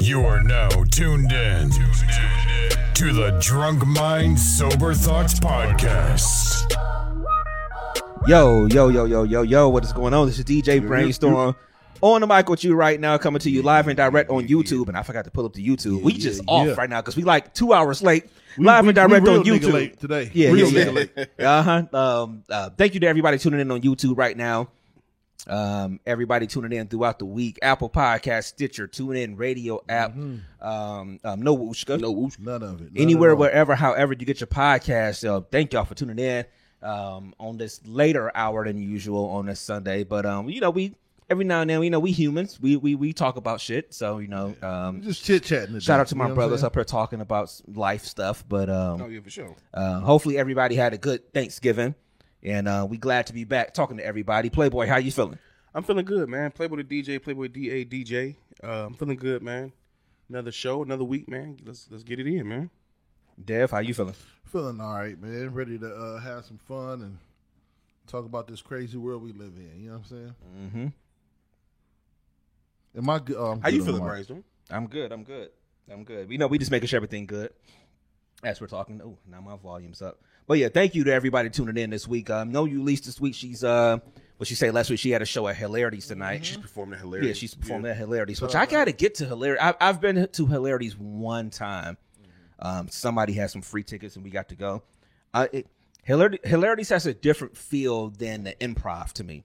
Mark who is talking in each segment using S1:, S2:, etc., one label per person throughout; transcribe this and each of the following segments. S1: You are now tuned in to the Drunk Mind Sober Thoughts Podcast.
S2: Yo, yo, yo, yo, yo, yo, what is going on? This is DJ Brainstorm on the mic with you right now, coming to you live and direct on YouTube. And I forgot to pull up the YouTube. We just off
S3: yeah.
S2: right now because we like two hours late, live and direct on YouTube.
S3: today.
S2: Yeah,
S3: Real
S2: yeah,
S3: nigga late.
S2: uh huh. Um, uh, thank you to everybody tuning in on YouTube right now. Um, everybody tuning in throughout the week. Apple Podcast, Stitcher, TuneIn Radio app. Um, um, no wooshka. No wooshka
S3: Mm-hmm. None of it. None
S2: anywhere,
S3: at all.
S2: wherever, however you get your podcast. Uh, thank y'all for tuning in um, on this later hour than usual on this Sunday. But um, you know, we every now and then, you know, we humans, we we we talk about shit. So you know, um,
S3: Just chit chatting.
S2: shout out to my brothers up here talking about s- life stuff. But um,
S3: Oh,
S4: Oh, yeah, for sure.
S2: uh, hopefully everybody had a good Thanksgiving. And uh, we glad to be back talking to everybody. Playboy, how you feeling?
S4: I'm feeling good, man. Playboy the DJ, Playboy D A DJ. Uh, I'm feeling good, man. Another show, another week, man. Let's let's get it in, man.
S2: Dev, how you feeling?
S3: Feeling all right, man. Ready to uh, have some fun and talk about this crazy world we live in. You know what I'm saying?
S2: Mm-hmm.
S3: Am I good? Oh, I'm
S4: How
S3: good
S4: you
S3: on
S4: feeling,
S3: my-
S4: Brainstorm?
S2: I'm good. I'm good. I'm good. You know, we just making sure everything good as we're talking. Oh, now my volume's up. But yeah, thank you to everybody tuning in this week. Um, no, you least this week. She's uh, what she say last week. She had a show at Hilarities tonight.
S4: She's performing hilarious.
S2: Yeah, she's performing at Hilarities, which I gotta get to Hilarities. I, I've been to Hilarities one time. Um, somebody had some free tickets and we got to go. Uh, it, Hilarity, Hilarities has a different feel than the improv to me.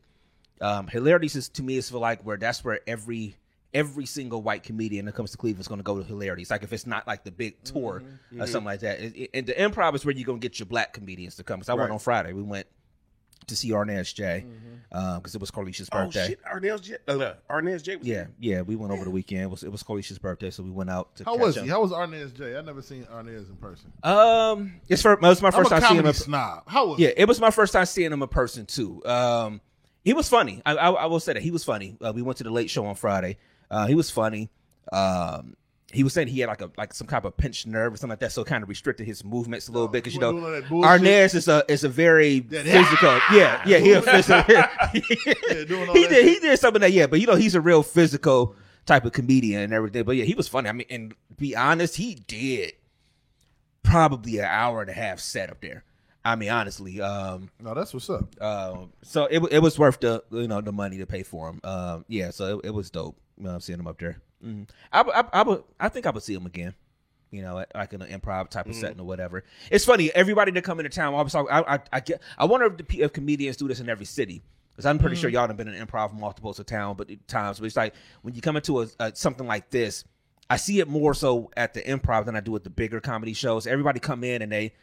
S2: Um, Hilarities is to me is feel like where that's where every every single white comedian that comes to Cleveland is going to go to Hilarities. Like if it's not like the big tour or something like that. It- it- and the improv is where you're going to get your black comedians to come. Because I went on Friday. We went to see Arnaz J because it was Carlicia's
S4: Oh
S2: birthday.
S4: shit, Arnell's J. Uh, no, Arnell's J. Was
S2: Yeah, yeah, we went over the weekend. It was it was Colicia's birthday, so we went out to
S3: How
S2: catch
S3: was
S2: up.
S3: he? How was Arnez J? I never seen Arnez in person.
S2: Um, it's for it was my first
S3: I'm a
S2: time seeing him.
S3: comedy
S2: in-
S3: snob. How was?
S2: Yeah,
S3: he?
S2: it was my first time seeing him in person too. Um, he was funny. I, I, I will say that he was funny. Uh, we went to the late show on Friday. Uh, he was funny. Um, he was saying he had like a like some kind of a pinched nerve or something like that, so it kind of restricted his movements a little bit because you know
S3: wasn't Oh, doing all that bullshit.
S2: Arnaz is a is a very
S3: That-
S2: physical. Yeah, yeah, he a physical.
S3: doing all
S2: he
S3: that
S2: did he did something that yeah, but you know he's a real physical type of comedian and everything. But yeah, he was funny. I mean, and be honest, he did probably an hour and a half set up there. I mean, honestly, um,
S3: No, that's what's up.
S2: um, so it wa- it was worth the you know the money to pay for him. Um, yeah, so it, it was dope. You know, seeing him up there. hmm I, would- I would- I would I think I would see him again. You know, at- like in an improv type of setting or whatever. It's funny. Everybody that come into town, I was talking. I I, I, get, I wonder if, the, pe- if comedians do this in every city. Because I'm pretty sure y'all have been in improv multiples of town, but uh, times. But it's like when you come into a, a something like this, I see it more so at the improv than I do at the bigger comedy shows. Everybody come in and they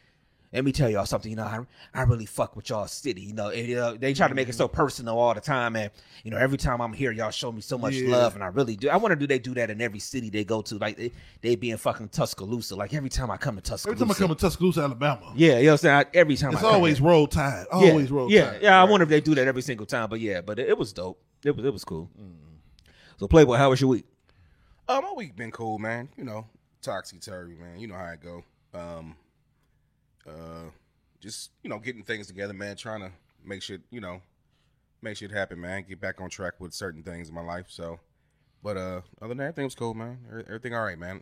S2: let me tell y'all something. You know, I, I really fuck with y'all city. You know, and, you know, they try to make it so personal all the time, and you know, every time I'm here, y'all show me so much love, and I really do. I wonder do they do that in every city they go to? Like they, they be in fucking Tuscaloosa. Like every time I come to
S3: Every
S2: Tuscaloosa,
S3: time I come to Tuscaloosa, Alabama,
S2: yeah, you know what I'm saying. I- every time
S3: it's
S2: I come
S3: always
S2: here.
S3: roll tide.
S2: yeah,
S3: Always roll
S2: Yeah,
S3: tide.
S2: yeah. I wonder if they do that every single time, but yeah, but it, it was dope. It was it was cool. So Playboy, how was your week?
S4: Um, my week been cool, man. You know, toxic terry, man. You know how it go. Um, uh, just you know, getting things together, man. Trying to make shit, you know, make shit happen, man. Get back on track with certain things in my life. So, but uh, other than that, everything was cool, man. Every- Everything all right, man.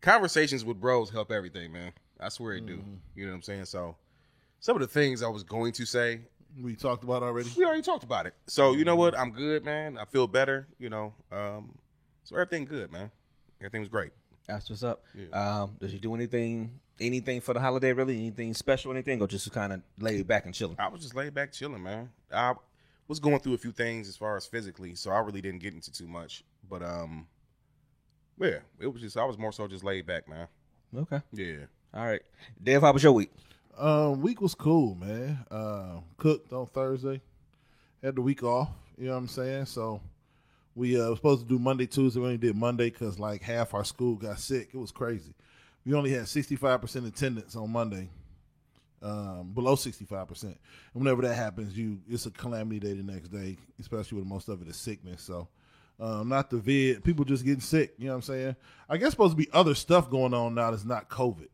S4: Conversations with bros help everything, man. I swear it do. You know what I'm saying? So, some of the things I was going to say,
S3: We talked about already.
S4: We already talked about it. So you know what? I'm good, man. I feel better. You know, um, so everything good, man. Everything was great.
S2: That's what's up. Um, does you do anything, anything for the holiday? Really, anything special? Anything, or just kind of lay back and chilling?
S4: I was just laid back chilling, man. I was going through a few things as far as physically, so I really didn't get into too much. But um, yeah, it was just I was more so just laid back, man.
S2: Okay.
S4: Yeah.
S2: All right. Dave, how was your week?
S3: Um, week was cool, man. Um, cooked on Thursday. Had the week off. You know what I'm saying? So we uh, were supposed to do Monday, Tuesday. We only did Monday because like half our school got sick. It was crazy. We only had 65% attendance on Monday, um, below 65%. And whenever that happens, you it's a calamity day the next day, especially when most of it is sickness. So um, not the vid. People just getting sick. You know what I'm saying? I guess supposed to be other stuff going on now that's not COVID.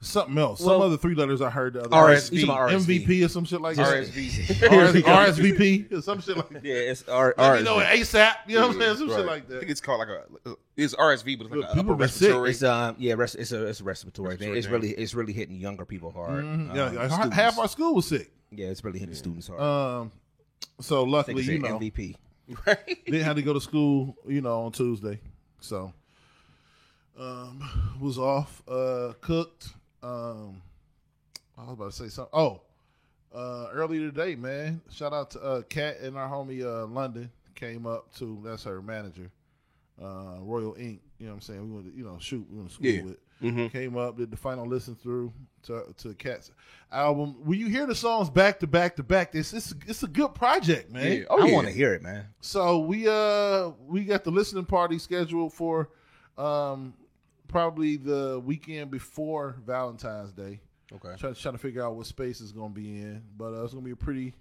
S3: Something else. Some
S2: Well-
S3: other three letters I heard the other
S2: RSV.
S3: day. MVP or some shit like that.
S4: RSV.
S3: RS- RSVP or some shit like that.
S2: Yeah, it's R.
S3: Let me know it ASAP. You know what I'm saying? Some shit
S4: Right.
S3: like
S4: I think
S3: that.
S4: it's called like a uh, it's RSV, but it's
S3: Look,
S4: like a upper
S3: people been sick.
S4: respiratory.
S2: It's um yeah, res- it's a it's a respiratory thing.
S4: Respiratory
S2: It's
S4: thing.
S2: really it's really hitting younger people hard.
S3: Mhm. Yeah,
S2: Um,
S3: like, ha-
S2: students.
S3: half our school was sick.
S2: yeah, it's really hitting students hard.
S3: Um, so
S2: I think
S3: luckily,
S2: it's
S3: you
S2: an
S3: know,
S2: MVP.
S4: Right.
S3: didn't have to go to school, you know, on Tuesday. So um was off, uh cooked. Um I was about to say something. Oh, uh earlier today, man. Shout out to uh Kat and our homie uh London came up to that's her manager, uh Royal Inc. You know what I'm saying? We went to, you know, shoot, we went to school
S4: Yeah. Mm-hmm.
S3: with. Came up, did the final listen through to to Cat's album. When you hear the songs back to back to back, this it's it's a good project, man.
S4: Yeah. Oh
S2: I
S4: yeah.
S2: want to hear it, man.
S3: So we uh we got the listening party scheduled for um probably the weekend before Valentine's Day.
S4: Okay.
S3: Trying trying to figure out what space it's gonna be in, but uh, it's gonna be a pretty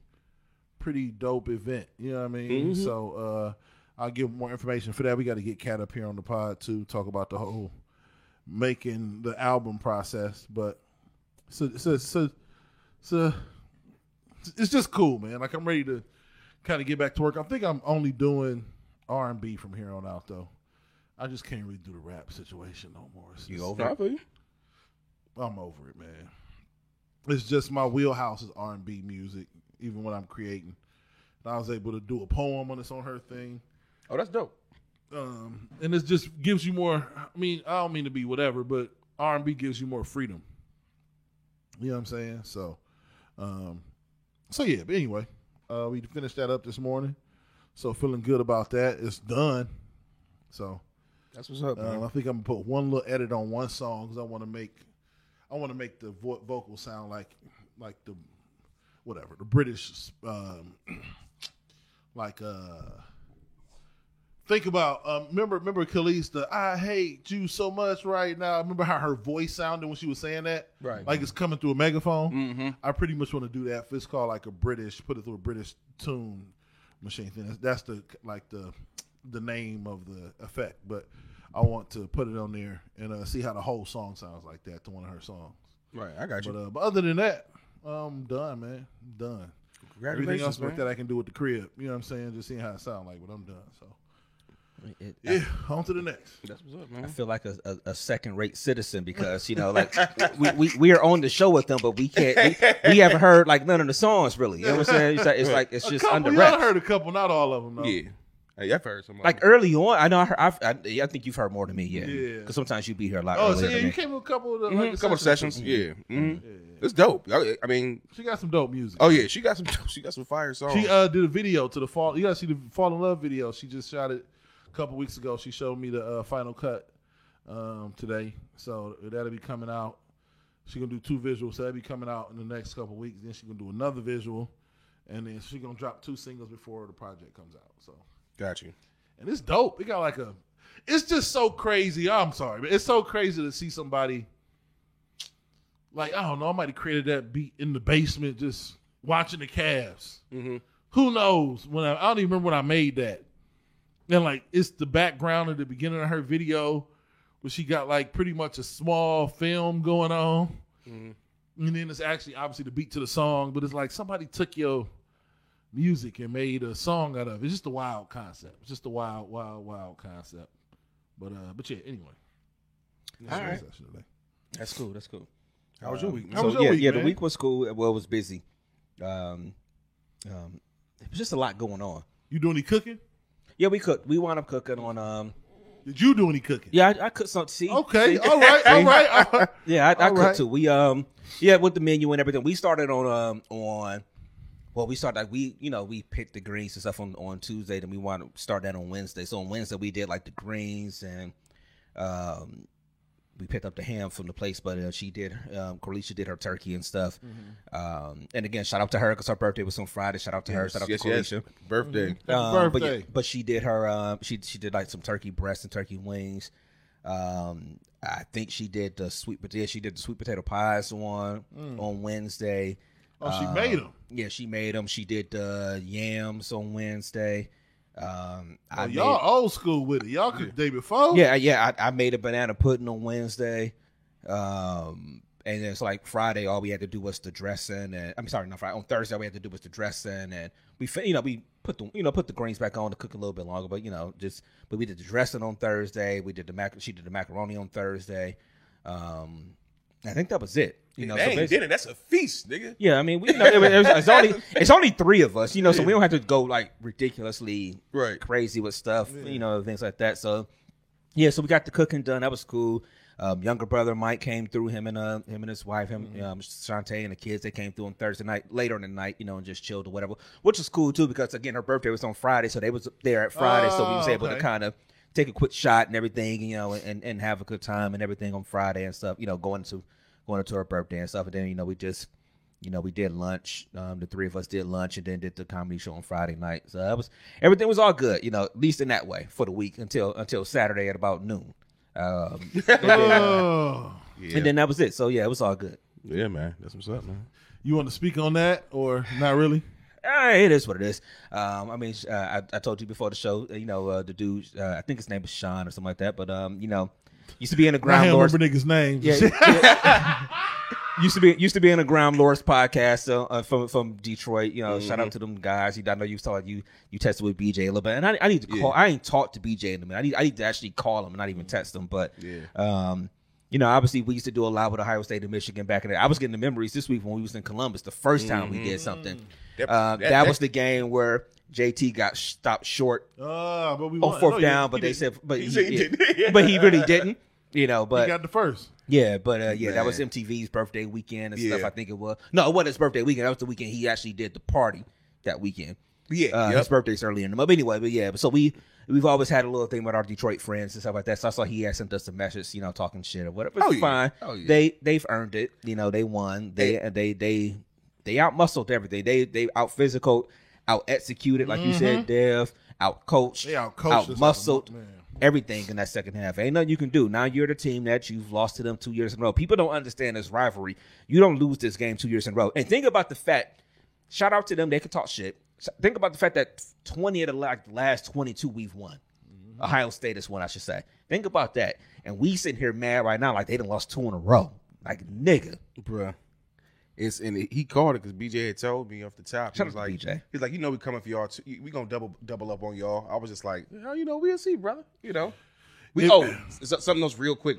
S3: pretty dope event. You know what I mean?
S2: Mm-hmm.
S3: So uh I'll give more information for that. We got to get Cat up here on the pod to talk about the whole making the album process, but so so so so it's just cool, man. Like I'm ready to kind of get back to work. I think I'm only doing R and B from here on out, though. I just can't really do the rap situation no more. It's
S2: You
S3: just-
S2: over? it?
S3: I'm over it, man. It's just my wheelhouse is R and B music, even when I'm creating. And I was able to do a poem on this on her thing.
S4: Oh, that's dope.
S3: Um, and it just gives you more I mean, I don't mean to be whatever, but R and B gives you more freedom. You know what I'm saying? So um so yeah, but anyway, uh we finished that up this morning. So feeling good about that. It's done. So
S4: That's what's up,
S3: um, I think I'm gonna put one little edit on one song because I want to make, I want to make the vo- vocal sound like, like the, whatever the British, um, like uh, think about um, remember remember Khalees the I hate you so much right now. Remember how her voice sounded when she was saying that,
S4: Right.
S3: Like it's coming through a megaphone. I pretty much want to do that. If it's called like a British, put it through a British tune machine thing. That's, that's the like the the name of the effect. But I want to put it on there and uh, see how the whole song sounds like that to one of her songs.
S4: Right. I got you.
S3: But uh, but other than that, I'm done, man. done. Everything else
S4: Congratulations, man.
S3: like that I can do with the crib. You know what I'm saying? Just seeing how it sounds like, but I'm done. So
S2: It- I-
S3: yeah, on to the next.
S4: That's what's up,
S3: mm-hmm.
S2: I
S4: man.
S2: feel like a, a, a second rate citizen because you know, like we, we, we are on the show with them, but we can't. We, we haven't heard like none of the songs really. You know what I'm saying? It's like it's, like, it's
S3: A
S2: just
S3: couple,
S2: under
S3: y'all
S2: wraps.
S3: heard a couple, not all of them though.
S4: Yeah. Hey, I've heard some
S2: Like early on, I know I, heard, I've, I I think you've heard more than me, yeah.
S3: Yeah.
S2: Because sometimes you be here a lot.
S3: Oh,
S2: earlier
S3: so yeah,
S2: than
S3: you
S2: me.
S3: came with a couple of the,
S4: Mhm,
S2: Mm-hmm.
S3: like,
S4: a couple of sessions. Yeah. hmm It's dope. I, I mean,
S3: She got some dope music.
S4: oh yeah, she got some. She got some fire songs.
S3: She uh did a video to the fall. You gotta see the fall in love video. She just shot it a couple weeks ago. She showed me the uh, final cut um today, so that'll be coming out. She gonna do two visuals, so that'll be coming out in the next couple weeks. Then she gonna do another visual, and then she gonna drop two singles before the project comes out. So
S4: got you.
S3: and it's dope. It got like a. It's just so crazy. I'm sorry, but it's so crazy to see somebody. Like I don't know, I might have created that beat in the basement, just watching the Cavs. Who knows when I, I don't even remember when I made that. And like it's the background at the beginning of her video, where she got like pretty much a small film going on, and then it's actually obviously the beat to the song. But it's like somebody took your music and made a song out of it. It's just a wild concept. It's just a wild, wild, wild concept. But uh, but yeah. Anyway,
S4: All right.
S3: Session today.
S2: That's cool. That's cool.
S4: How was your week?
S3: How
S4: Man?
S3: was
S2: So,
S3: your
S2: yeah,
S3: week,
S2: yeah,
S3: man?
S2: the week was cool. Well, it was busy. Um, um, it was just a lot going on.
S3: You do any cooking?
S2: Yeah, we cooked. We wound up cooking on. Um,
S3: Did you do any cooking?
S2: yeah, I, I cooked some. See,
S3: Okay.
S2: See?
S3: All right. All right. all right.
S2: Yeah, I, I
S3: All
S2: cooked
S3: right.
S2: too. We um, yeah, with the menu and everything. We started on um on, well, we started like we you know we picked the greens and stuff on on Tuesday, then we want to start that on Wednesday. So on Wednesday we did like the greens and um. We picked up the ham from the place, but uh, she did. Um, Corlicia did her turkey and stuff. Um, and again, shout out to her because her birthday was on Friday. Shout out to her. Shout out to Corlicia.
S4: Birthday.
S3: Happy
S2: Um, But,
S3: birthday.
S2: yeah, but she did her. Um, she she did like some turkey breasts and turkey wings. Um, I think she did the sweet potato. She did the sweet potato pies on
S3: Mm.
S2: on Wednesday.
S3: Oh, she
S2: uh,
S3: made 'em.
S2: Yeah, she made them. She did the yams on Wednesday. Um, I
S3: Oh,
S2: made-
S3: y'all old school with it. Y'all could the day before.
S2: yeah, yeah. I, I made a banana pudding on Wednesday. Um, and it's like Friday, all we had to do was the dressing, and I'm sorry, not Friday. On Thursday, all we had to do was the dressing, and we, fi- you know, we put the, you know, put the greens back on to cook a little bit longer, but you know, just, but we did the dressing on Thursday. We did the mac. She did the macaroni on Thursday. Um, I think that was it. You know, so
S4: that ain't
S2: basi-
S4: dinner. That's a feast, nigga.
S2: yeah, I mean, we, you know, it was- it was- it's only it's only three of us, you know, so we don't have to go like ridiculously
S4: Right.
S2: crazy with stuff, you know, things like that. So, yeah, so we got the cooking done. That was cool. Um, younger brother Mike came through. Him and uh, him and his wife, him um, Shantae and the kids, they came through on Thursday night, later in the night, you know, and just chilled or whatever, which was cool too because again, her birthday was on Friday, so they was there at Friday, so we was
S3: Oh,
S2: able to
S3: okay.
S2: kind of take a quick shot and everything, you know, and and have a good time and everything on Friday and stuff, you know, going to going to her birthday and stuff, and then you know we just you know, we did lunch. Um, the three of us did lunch and then did the comedy show on Friday night. So that was everything was all good, you know, at least in that way for the week until until Saturday at about noon. Um, and, then,
S3: Oh.
S4: Yeah.
S2: and then that was it. So yeah, it was all good.
S4: yeah, man. That's what's up, man.
S3: You want to speak on that or not really?
S2: Uh, it is what it is. Um, I mean, uh, I, I told you before the show, uh, you know, uh, the dude, uh, I think his name is Sean or something like that, but um, you know, used to be in the
S3: I
S2: ground
S3: can't
S2: lords.
S3: remember niggas' names.
S2: Yeah, yeah. used to be used to be in the Ground Lords podcast uh, uh, from from Detroit. You know, shout out to them guys. You, I know you saw you you tested with BJ a little bit, and I, I need to call. I ain't talked to BJ in a minute. I need I need to actually call him and not even text him. But um, you know, obviously we used to do a lot with Ohio State and Michigan back in the I was getting the memories this week when we was in Columbus. The first time we did something,
S4: That-
S2: uh, that,
S4: that- that-
S2: was the game where JT got stopped short
S3: Ah, but we
S2: on
S3: won.
S2: fourth
S3: No, you-
S2: down,
S3: you
S2: but they
S3: didn't.
S2: said, but he,
S4: said he
S2: yeah.
S4: didn't.
S2: but he really didn't. You know,
S3: You
S2: but
S3: got the first.
S2: yeah, but uh, yeah, that was
S4: Man.
S2: MTV's birthday weekend and stuff.
S4: Yeah.
S2: I think it was. No, it wasn't his birthday weekend. That was the weekend he actually did the party that weekend.
S4: Yeah,
S2: uh,
S4: yep.
S2: his birthday's early in the month. But anyway, but yeah, but so we we've always had a little thing with our Detroit friends and stuff like that. So I saw he had sent us a message, you know, talking shit or whatever. It's
S4: Oh, yeah.
S2: fine.
S4: Oh, yeah.
S2: They they've earned it. You know, they won. They they they they out muscled everything. They they out physical, out executed, like you said,
S4: Mm-hmm.
S2: Dev. Out coached,
S3: They outcoached us like a
S2: muscled,
S3: man.
S2: everything in that second half. Ain't nothing you can do. Now you're the team that you've lost to them two years in a row. People don't understand this rivalry. You don't lose this game two years in a row. And think about the fact. Shout out to them. They can talk shit. So Think about the fact that twenty of the la- last twenty-two we've won. Ohio State is one I should say. Think about that. And we sitting here mad right now, like they done lost two in a row. Like nigga,
S4: Bruh. It's and it- he called it because BJ had told me off the top. He
S2: Shout
S4: was
S2: out to
S4: like,
S2: BJ.
S4: he's like, you know, we coming for y'all. Too. We gonna double double up on y'all. I was just like, oh, you know, we'll see, brother. You know, we
S3: It-
S4: oh s- something else real quick.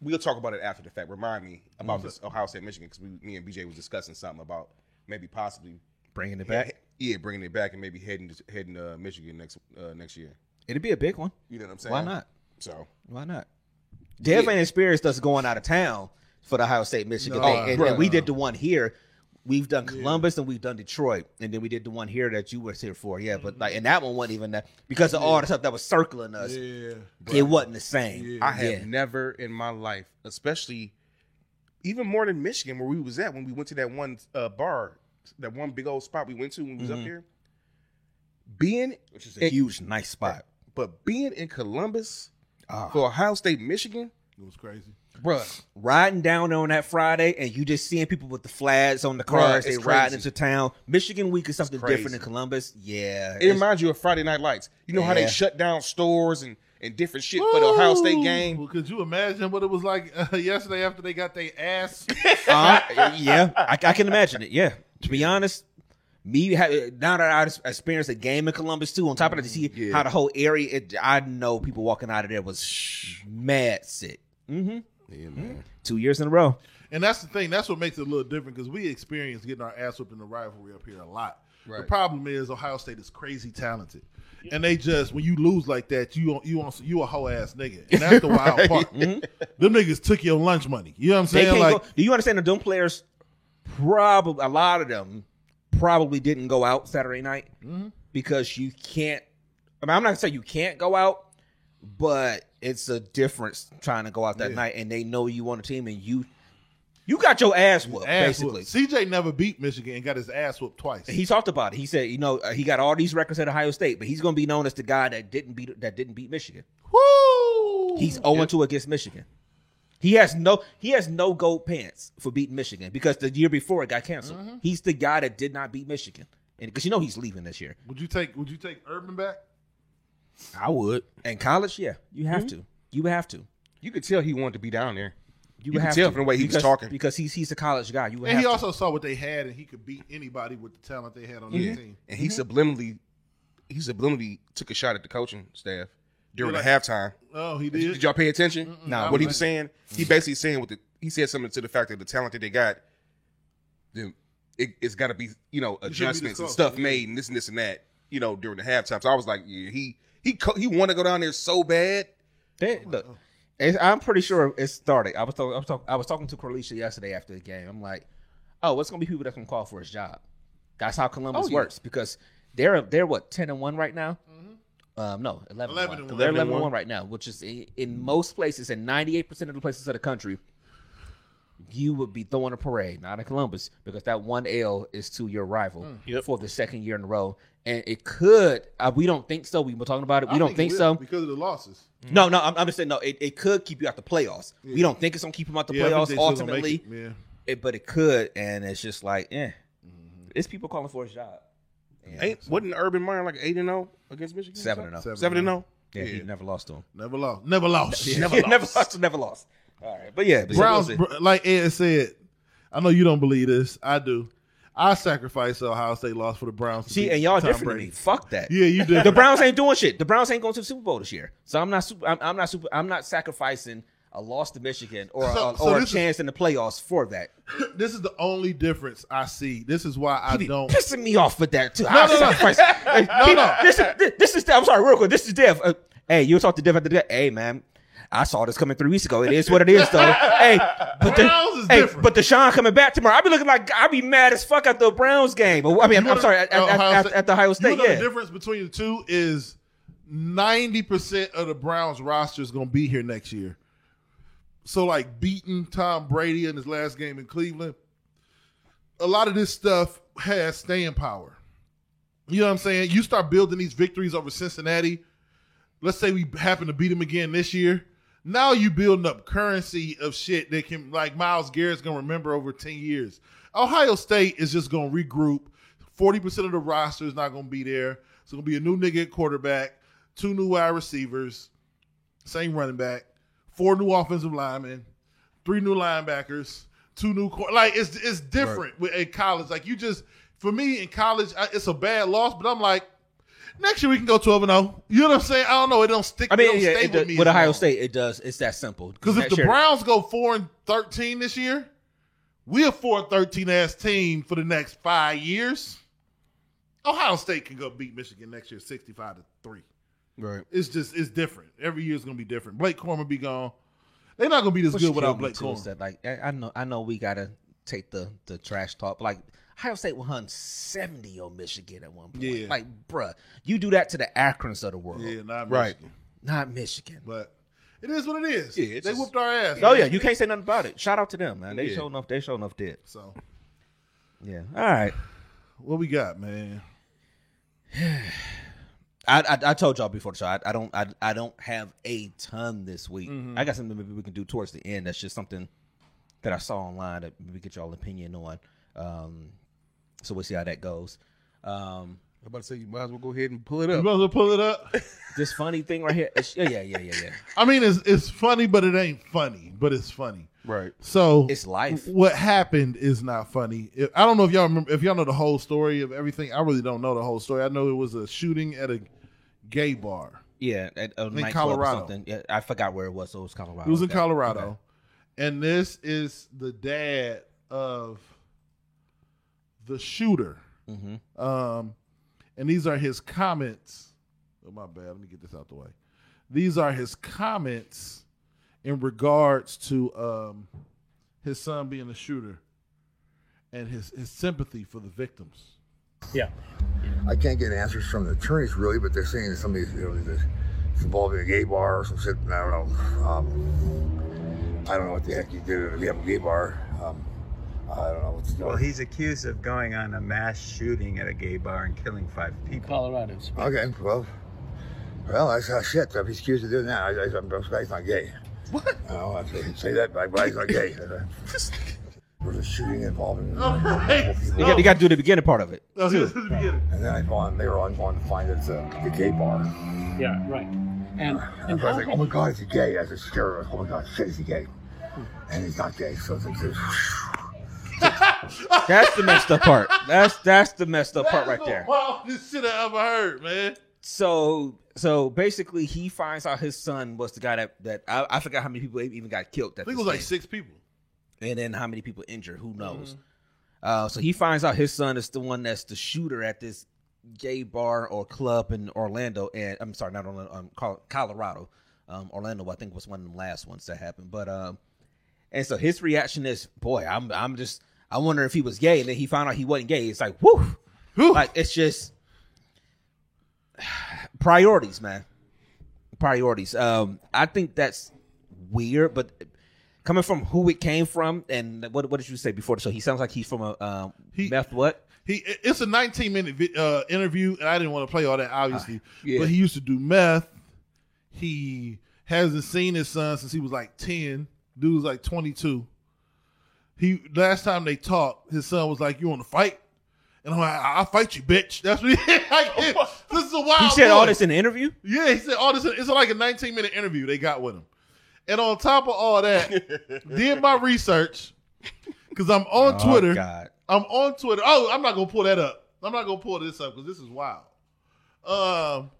S4: We'll talk about it after the fact. Remind me about this Ohio State Michigan because me and BJ was discussing something about maybe possibly
S2: bringing it back.
S4: yeah bringing it back and maybe heading to, heading to Michigan next uh, next year.
S2: It'd be a big one.
S4: You know what I'm saying?
S2: Why not?
S4: So
S2: Why not? Dev
S4: Yeah.
S2: ain't experienced us going out of town for the Ohio State Michigan
S3: No,
S2: thing. And,
S3: bruh.
S2: and we did the one here. We've done Columbus and we've done Detroit, and then we did the one here that you was here for. Yeah,
S4: Mm-hmm.
S2: but like, and that one wasn't even that because of all the stuff that was circling us.
S3: Yeah.
S2: It wasn't the same.
S4: I have
S2: Yeah.
S4: never in my life, especially even more than Michigan, where we was at when we went to that one uh, bar, that one big old spot we went to when we was up here. Being, which is
S2: It's Mm-hmm. a huge, nice spot.
S4: but being in Columbus
S2: Ah.
S4: for Ohio State, Michigan,
S3: It was crazy.
S4: bruh,
S2: Riding down on that Friday, and you just seeing people with the flags on the cars. they
S4: it's
S2: riding
S4: crazy.
S2: into town. Michigan week is something different
S4: crazy.
S2: than Columbus. Yeah,
S4: it reminds you of Friday Night Lights. You know how they
S2: Yeah.
S4: shut down stores and and different shit for the Ohio State game.
S3: Well, could you imagine what it was like uh, yesterday after they got their ass?
S2: Uh, yeah, I, I can imagine it. Yeah, to be honest, me ha- now that I experienced a game in Columbus too, on top of that, to see how the whole area, it, I know people walking out of there was mad sick. Mm-hmm.
S4: Yeah, man.
S2: Two years in a row.
S3: And that's the thing. That's what makes it a little different because we experience getting our ass whooped in the rivalry up here a lot. The
S4: Right.
S3: problem is Ohio State is crazy talented, and they just when you lose like that, you you on you a whole ass nigga, and that's the wild part. Them niggas took your lunch money. You know what I'm
S2: They
S3: saying?
S2: can't
S3: Like
S2: go, do you understand the Doom players? Probably a lot of them probably didn't go out Saturday night
S3: Mm-hmm.
S2: because you can't. I mean, I'm not gonna say you can't go out, but it's a difference trying to go out that
S3: Yeah.
S2: night, and they know you on the team, and you you got your ass whooped
S3: ass
S2: basically.
S3: whooped. CJ never beat Michigan and got his ass whooped twice.
S2: He talked about it. He said, you know, uh, he got all these records at Ohio State, but he's gonna be known as the guy that didn't beat that didn't beat Michigan.
S3: Woo!
S2: He's 0 2 against Michigan. He has no he has no gold pants for beating Michigan because the year before it got canceled. He's the guy that did not beat Michigan. And because you know he's leaving this year.
S3: Would you take Would you take Urban back?
S4: I would.
S2: And college, yeah, you have to. You have to.
S4: You could tell he wanted to be down there.
S2: You,
S4: could
S2: have
S4: tell
S2: to.
S4: from the way he was
S2: Because-
S4: talking.
S2: Because he's he's a college guy. You
S3: And
S2: have
S3: he
S2: to.
S3: also saw what they had, and he could beat anybody with the talent they had on
S4: Yeah.
S3: their team.
S4: And
S2: Mm-hmm.
S4: he subliminally, he subliminally took a shot at the coaching staff during
S3: You're
S4: the halftime.
S3: Oh, he
S4: Did,
S3: did.
S4: y'all pay attention?
S3: No.
S4: What he was saying, he basically saying what the, he said something to the fact that the talent that they got, then it, it's got to be you know
S3: shouldn't be
S4: adjustments and
S3: discussed,
S4: stuff
S3: yeah.
S4: made and this and this and that. You know during the halftime. So I was like, yeah, he he co- he want to go down there so bad.
S2: They, look, it's, I'm pretty sure it started. I was, talk, I, was talk, I was talking to Carlicia yesterday after the game. I'm like, oh, it's gonna be people that's gonna call for his job. That's how Columbus
S4: Oh, yeah.
S2: works because they're they're what ten and one right now. Um, no, eleven. and
S3: 11 and
S2: one.
S3: one.
S2: They're eleven and
S4: 11 and
S2: one right now, which is in, in most places and ninety eight percent of the places of the country. You would be throwing a parade, not in Columbus, because that one L is to your rival for the second year in a row, and it could. Uh, we don't think so. We've been talking about it. We
S3: I
S2: don't
S3: he
S2: think
S3: will,
S2: so.
S3: because of the losses.
S2: Mm-hmm. No, no, I'm, I'm just saying no. It, it could keep you out the playoffs. We don't think it's gonna keep him out the
S3: Yeah, I think they
S2: playoffs
S3: still gonna make
S2: ultimately,
S3: it, Mm-hmm. yeah.
S2: it- but it could, and it's just like, eh, it's people calling for his job.
S4: Ain't wasn't Urban Meyer like eight and zero against Michigan?
S2: Seven and zero.
S4: Seven and oh. zero.
S2: Yeah, he never lost to him.
S3: Never lost. Never lost.
S2: Never, never lost. Never lost. All right, but yeah, but
S3: Browns,
S2: Browns.
S3: br- like Ed said, I know you don't believe this. I do. I sacrificed the Ohio State loss for the Browns. to
S2: See,
S3: beat
S2: and y'all
S3: Tom
S2: different than
S3: Brady.
S2: me. Fuck that.
S3: Yeah, you did.
S2: the Browns ain't doing shit. The Browns ain't going to the Super Bowl this year, so I'm not. Super, I'm, I'm not. Super, I'm not sacrificing a loss to Michigan or
S3: So-
S2: a,
S3: so
S2: or a
S3: this is-
S2: chance in the playoffs for that.
S3: this is the only difference I see. This is why I
S2: Be
S3: don't.
S2: pissing me off with that too.
S3: no, no.
S2: no,
S3: no.
S2: This is this, this is. I'm sorry, real quick. This is Dev. Uh, hey, you talk to Dev after that. Hey, man. I saw this coming three weeks ago. It is what it is, though. hey, but
S3: Browns
S2: the,
S3: is
S2: hey,
S3: different.
S2: but Deshaun coming back tomorrow. I be looking like I be mad as fuck at the Browns game. But I mean,
S3: You
S2: I'm
S3: know
S2: sorry,
S3: the-
S2: at, at,
S3: Ohio
S2: at,
S3: State-
S2: at the Ohio
S3: You
S2: State.
S3: know
S2: Yeah,
S3: the difference between the two is ninety percent of the Browns roster is going to be here next year. So, like beating Tom Brady in his last game in Cleveland, a lot of this stuff has staying power. You know what I'm saying? You start building these victories over Cincinnati. Let's say we happen to beat them again this year. Now you building up currency of shit that can like Miles Garrett's gonna remember over 10 years. Ohio State is just gonna regroup. 40% of the roster is not gonna be there. It's gonna be a new nigga at quarterback, two new wide receivers, same running back, four new offensive linemen, three new linebackers, two new cor- like it's it's different with in college. Like you just for me in college, I, it's a bad loss, but I'm like, next year we can go 12 and 0. You know what I'm saying? I don't know. It don't stick.
S2: I
S3: it
S2: mean,
S3: don't
S2: yeah,
S3: stay
S2: it
S3: with
S2: does-
S3: me
S2: with
S3: as
S2: Ohio
S3: long.
S2: State, it does. It's that simple.
S3: Because if
S2: That
S3: the
S2: shit-
S3: Browns go four and thirteen this year, we're a four and thirteen ass team for the next five years. Ohio State can go beat Michigan next year, sixty-five to three.
S4: Right.
S3: It's just it's different. Every year's gonna be different. Blake Corman be gone. They're not gonna be this
S2: What's
S3: good without
S2: killed me,
S3: Blake
S2: too, is
S3: Corman.
S2: that, like I, I know I know we gotta take the the trash talk. But like Ohio State will hunt seventy on Michigan at one point.
S3: Yeah.
S2: Like, bruh, you do that to the Akrons of the world,
S3: Yeah, not
S4: Right.
S3: Michigan.
S2: not Michigan.
S3: But it is what it is.
S4: Yeah, it's
S3: they
S4: just-
S3: whooped our ass.
S2: Oh yeah, you can't say nothing about it. Shout out to them, man. They
S4: Yeah.
S2: show enough. They show enough did.
S3: So
S2: Yeah. All right.
S3: what we got, man?
S2: I, I, I told y'all before the show. I, I don't I, I don't have a ton this week. I got something maybe we can do towards the end. That's just something that I saw online that we get y'all opinion on. Um, so we'll see how that goes. Um,
S4: I'm about to say you might as well go ahead and pull it
S3: You
S4: up.
S3: might as well pull it up.
S2: this funny thing right here. It's, yeah, yeah, yeah, yeah, yeah.
S3: I mean, it's it's funny, but it ain't funny. But it's funny.
S4: Right.
S3: So
S2: It's life.
S3: What happened is not funny. If- I don't know if y'all remember if y'all know the whole story of everything. I really don't know the whole story. I know it was a shooting at a gay bar.
S2: Yeah, at, a
S3: In
S2: nightclub or
S3: Colorado.
S2: something. Yeah, I forgot where it was. So it was Colorado.
S3: It was in
S2: Okay.
S3: Colorado, And this is the dad of the shooter.
S2: Mhm.
S3: Um, and these are his comments. Oh, my bad. Let me get this out the way. These are his comments in regards to um, his son being a shooter and his, his sympathy for the victims.
S5: Yeah.
S6: I can't get answers from the attorneys really, but they're saying that somebody's you know, that it's involved in a gay bar or some shit. and I don't know. Um, I don't know what the heck he did at a gay- gay bar. Um, I don't know what's going
S7: Well, he's accused of going on a mass shooting at a gay bar and killing five people.
S5: Colorado. Springs.
S6: Okay, well, well, that's uh, shit. If he's accused of doing that, I, I, I'm, I'm glad he's not gay. What? I don't know, I shouldn't say that, but I'm glad he's not gay. There's a shooting involving.
S2: You, got, you got to do the beginning part of it.
S3: Oh, this is the beginning.
S6: And then I found they were on going to find it's a, a gay bar.
S5: Yeah, right. And, and
S6: And I
S5: how,
S6: was like, oh my god, is he gay? I was scared. Oh my god, shit, is he gay?
S5: Hmm.
S6: And he's not gay, so it's like, this-
S2: That's the messed up part. That's that's the messed up part
S3: That is
S2: right
S3: the
S2: there.
S3: wildest shit I ever heard, man.
S2: So so basically, he finds out his son was the guy that that I, I forgot how many people even got killed.
S3: I think it was like six people.
S2: and then how many people injured? Who knows? Uh, so he finds out his son is the one that's the shooter at this gay bar or club in Orlando, and I'm sorry, not Orlando, um, Col- Colorado, um, Orlando. I think was one of the last ones that happened. But um, and so his reaction is, boy, I'm I'm just I wonder if he was gay, and then he found out he wasn't gay. It's like, whoo, like it's just priorities, man. Priorities. Um, I think that's weird, but coming from who it came from, and what what did you say before the show? He sounds like he's from a um,
S3: He-
S2: meth what?
S3: He it's a 19 minute vi- uh, interview, and I didn't want to play all that obviously.
S2: Ah, yeah.
S3: But he used to do meth. He hasn't seen his son since he was like 10. Dude was like 22. He last time they talked, his son was like, "You want to fight?" And I'm like, "I'll fight you, bitch." That's what he. like, this is a wild.
S2: He said all
S3: boy.
S2: this in the interview.
S3: Yeah, he said all this. It's like a 19 minute interview they got with him. And on top of all that, did my research because I'm on Twitter.
S2: Oh, God.
S3: I'm on Twitter. Oh, I'm not gonna pull that up. I'm not gonna pull this up because this is wild. Um,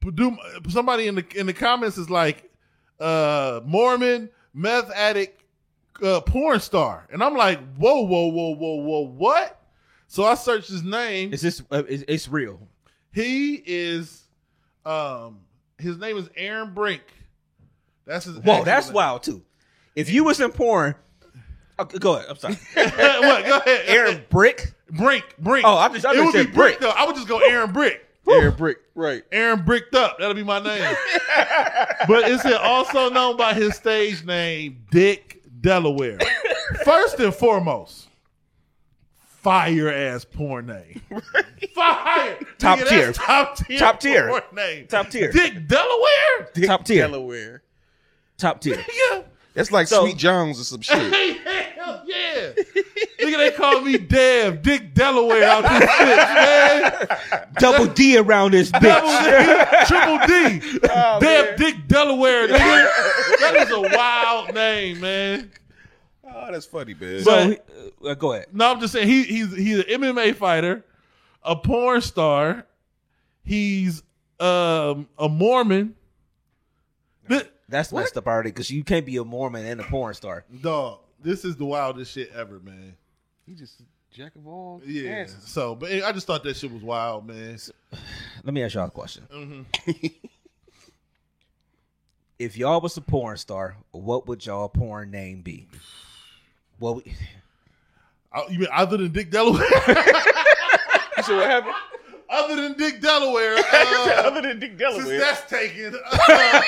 S3: but do somebody in the in the comments is like, uh, Mormon meth addict, uh, porn star, and I'm like, whoa, whoa, whoa, whoa, whoa, what? So I searched his name.
S2: Is this uh, it's, it's real?
S3: He is, um, his name is Aaron Brink. That's his.
S2: Whoa,
S3: actual
S2: that's
S3: name.
S2: wild too. If you was in porn, oh, go ahead. I'm sorry,
S3: what? Go ahead.
S2: Aaron Brick.
S3: Brink. Brink.
S2: Oh, I just- I
S3: it
S2: just
S3: would
S2: said
S3: be Brink
S2: Brick.
S3: though. I would just go Aaron Brick.
S2: Aaron Brick, right?
S3: Aaron Bricked Up. That'll be my name. but it's also known by his stage name, Dick Delaware. First and foremost, fire ass porn name. Fire.
S2: Top
S3: that's
S2: tier.
S3: Top tier.
S2: Top tier.
S3: Porn name.
S2: Top tier.
S3: Dick Delaware?
S2: Top tier.
S4: Delaware.
S2: Top tier.
S3: Yeah.
S4: That's like
S2: So-
S4: Sweet Jones or some shit.
S3: Hey, hell yeah. Nigga, they call me Dev, Dick Delaware out this bitch, man.
S2: Double D around this
S3: Double
S2: bitch.
S3: D, Triple D, Dev Dick Delaware, nigga. That is a wild name, man.
S4: oh, that's funny, man.
S2: So uh, go ahead.
S3: No, I'm just saying he he's he's an MMA fighter, a porn star, he's um a Mormon. Thi-
S2: That's messed up already because you can't be a Mormon and a porn star.
S3: dog, this is the wildest shit ever, man.
S4: he just jack of all.
S3: Yeah.
S4: Yes.
S3: So, but I just thought that shit was wild, man.
S2: Let me ask y'all a question. Mm-hmm. if y'all was a porn star, what would y'all porn name be? Well, we,
S3: I, you mean other than Dick Delaware?
S4: So what happened?
S3: other than Dick Delaware, uh,
S4: Other than Dick
S3: since
S4: Delaware.
S3: that's taken. uh,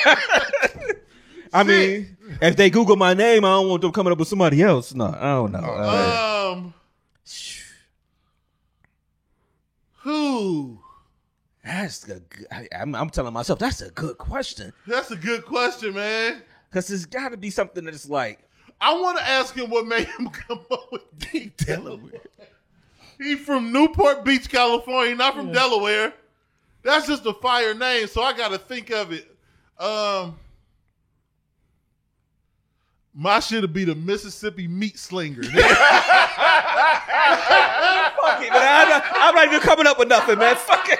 S2: I mean, if they Google my name, I don't want them coming up with somebody else. No, I don't know. Uh,
S3: Um. Who?
S2: that's a good, I, am I'm telling myself that's a good question
S3: That's a good question, man.
S2: because there's got to be something that's like
S3: I want to ask him what made him come up with Dick Delaware. He from Newport Beach, California, not from Delaware. That's just a fire name, so I got to think of it. Um, my shit'll be the Mississippi Meat Slinger.
S2: fuck it, man. I'm not, I'm not even coming up with nothing, man. Fuck it.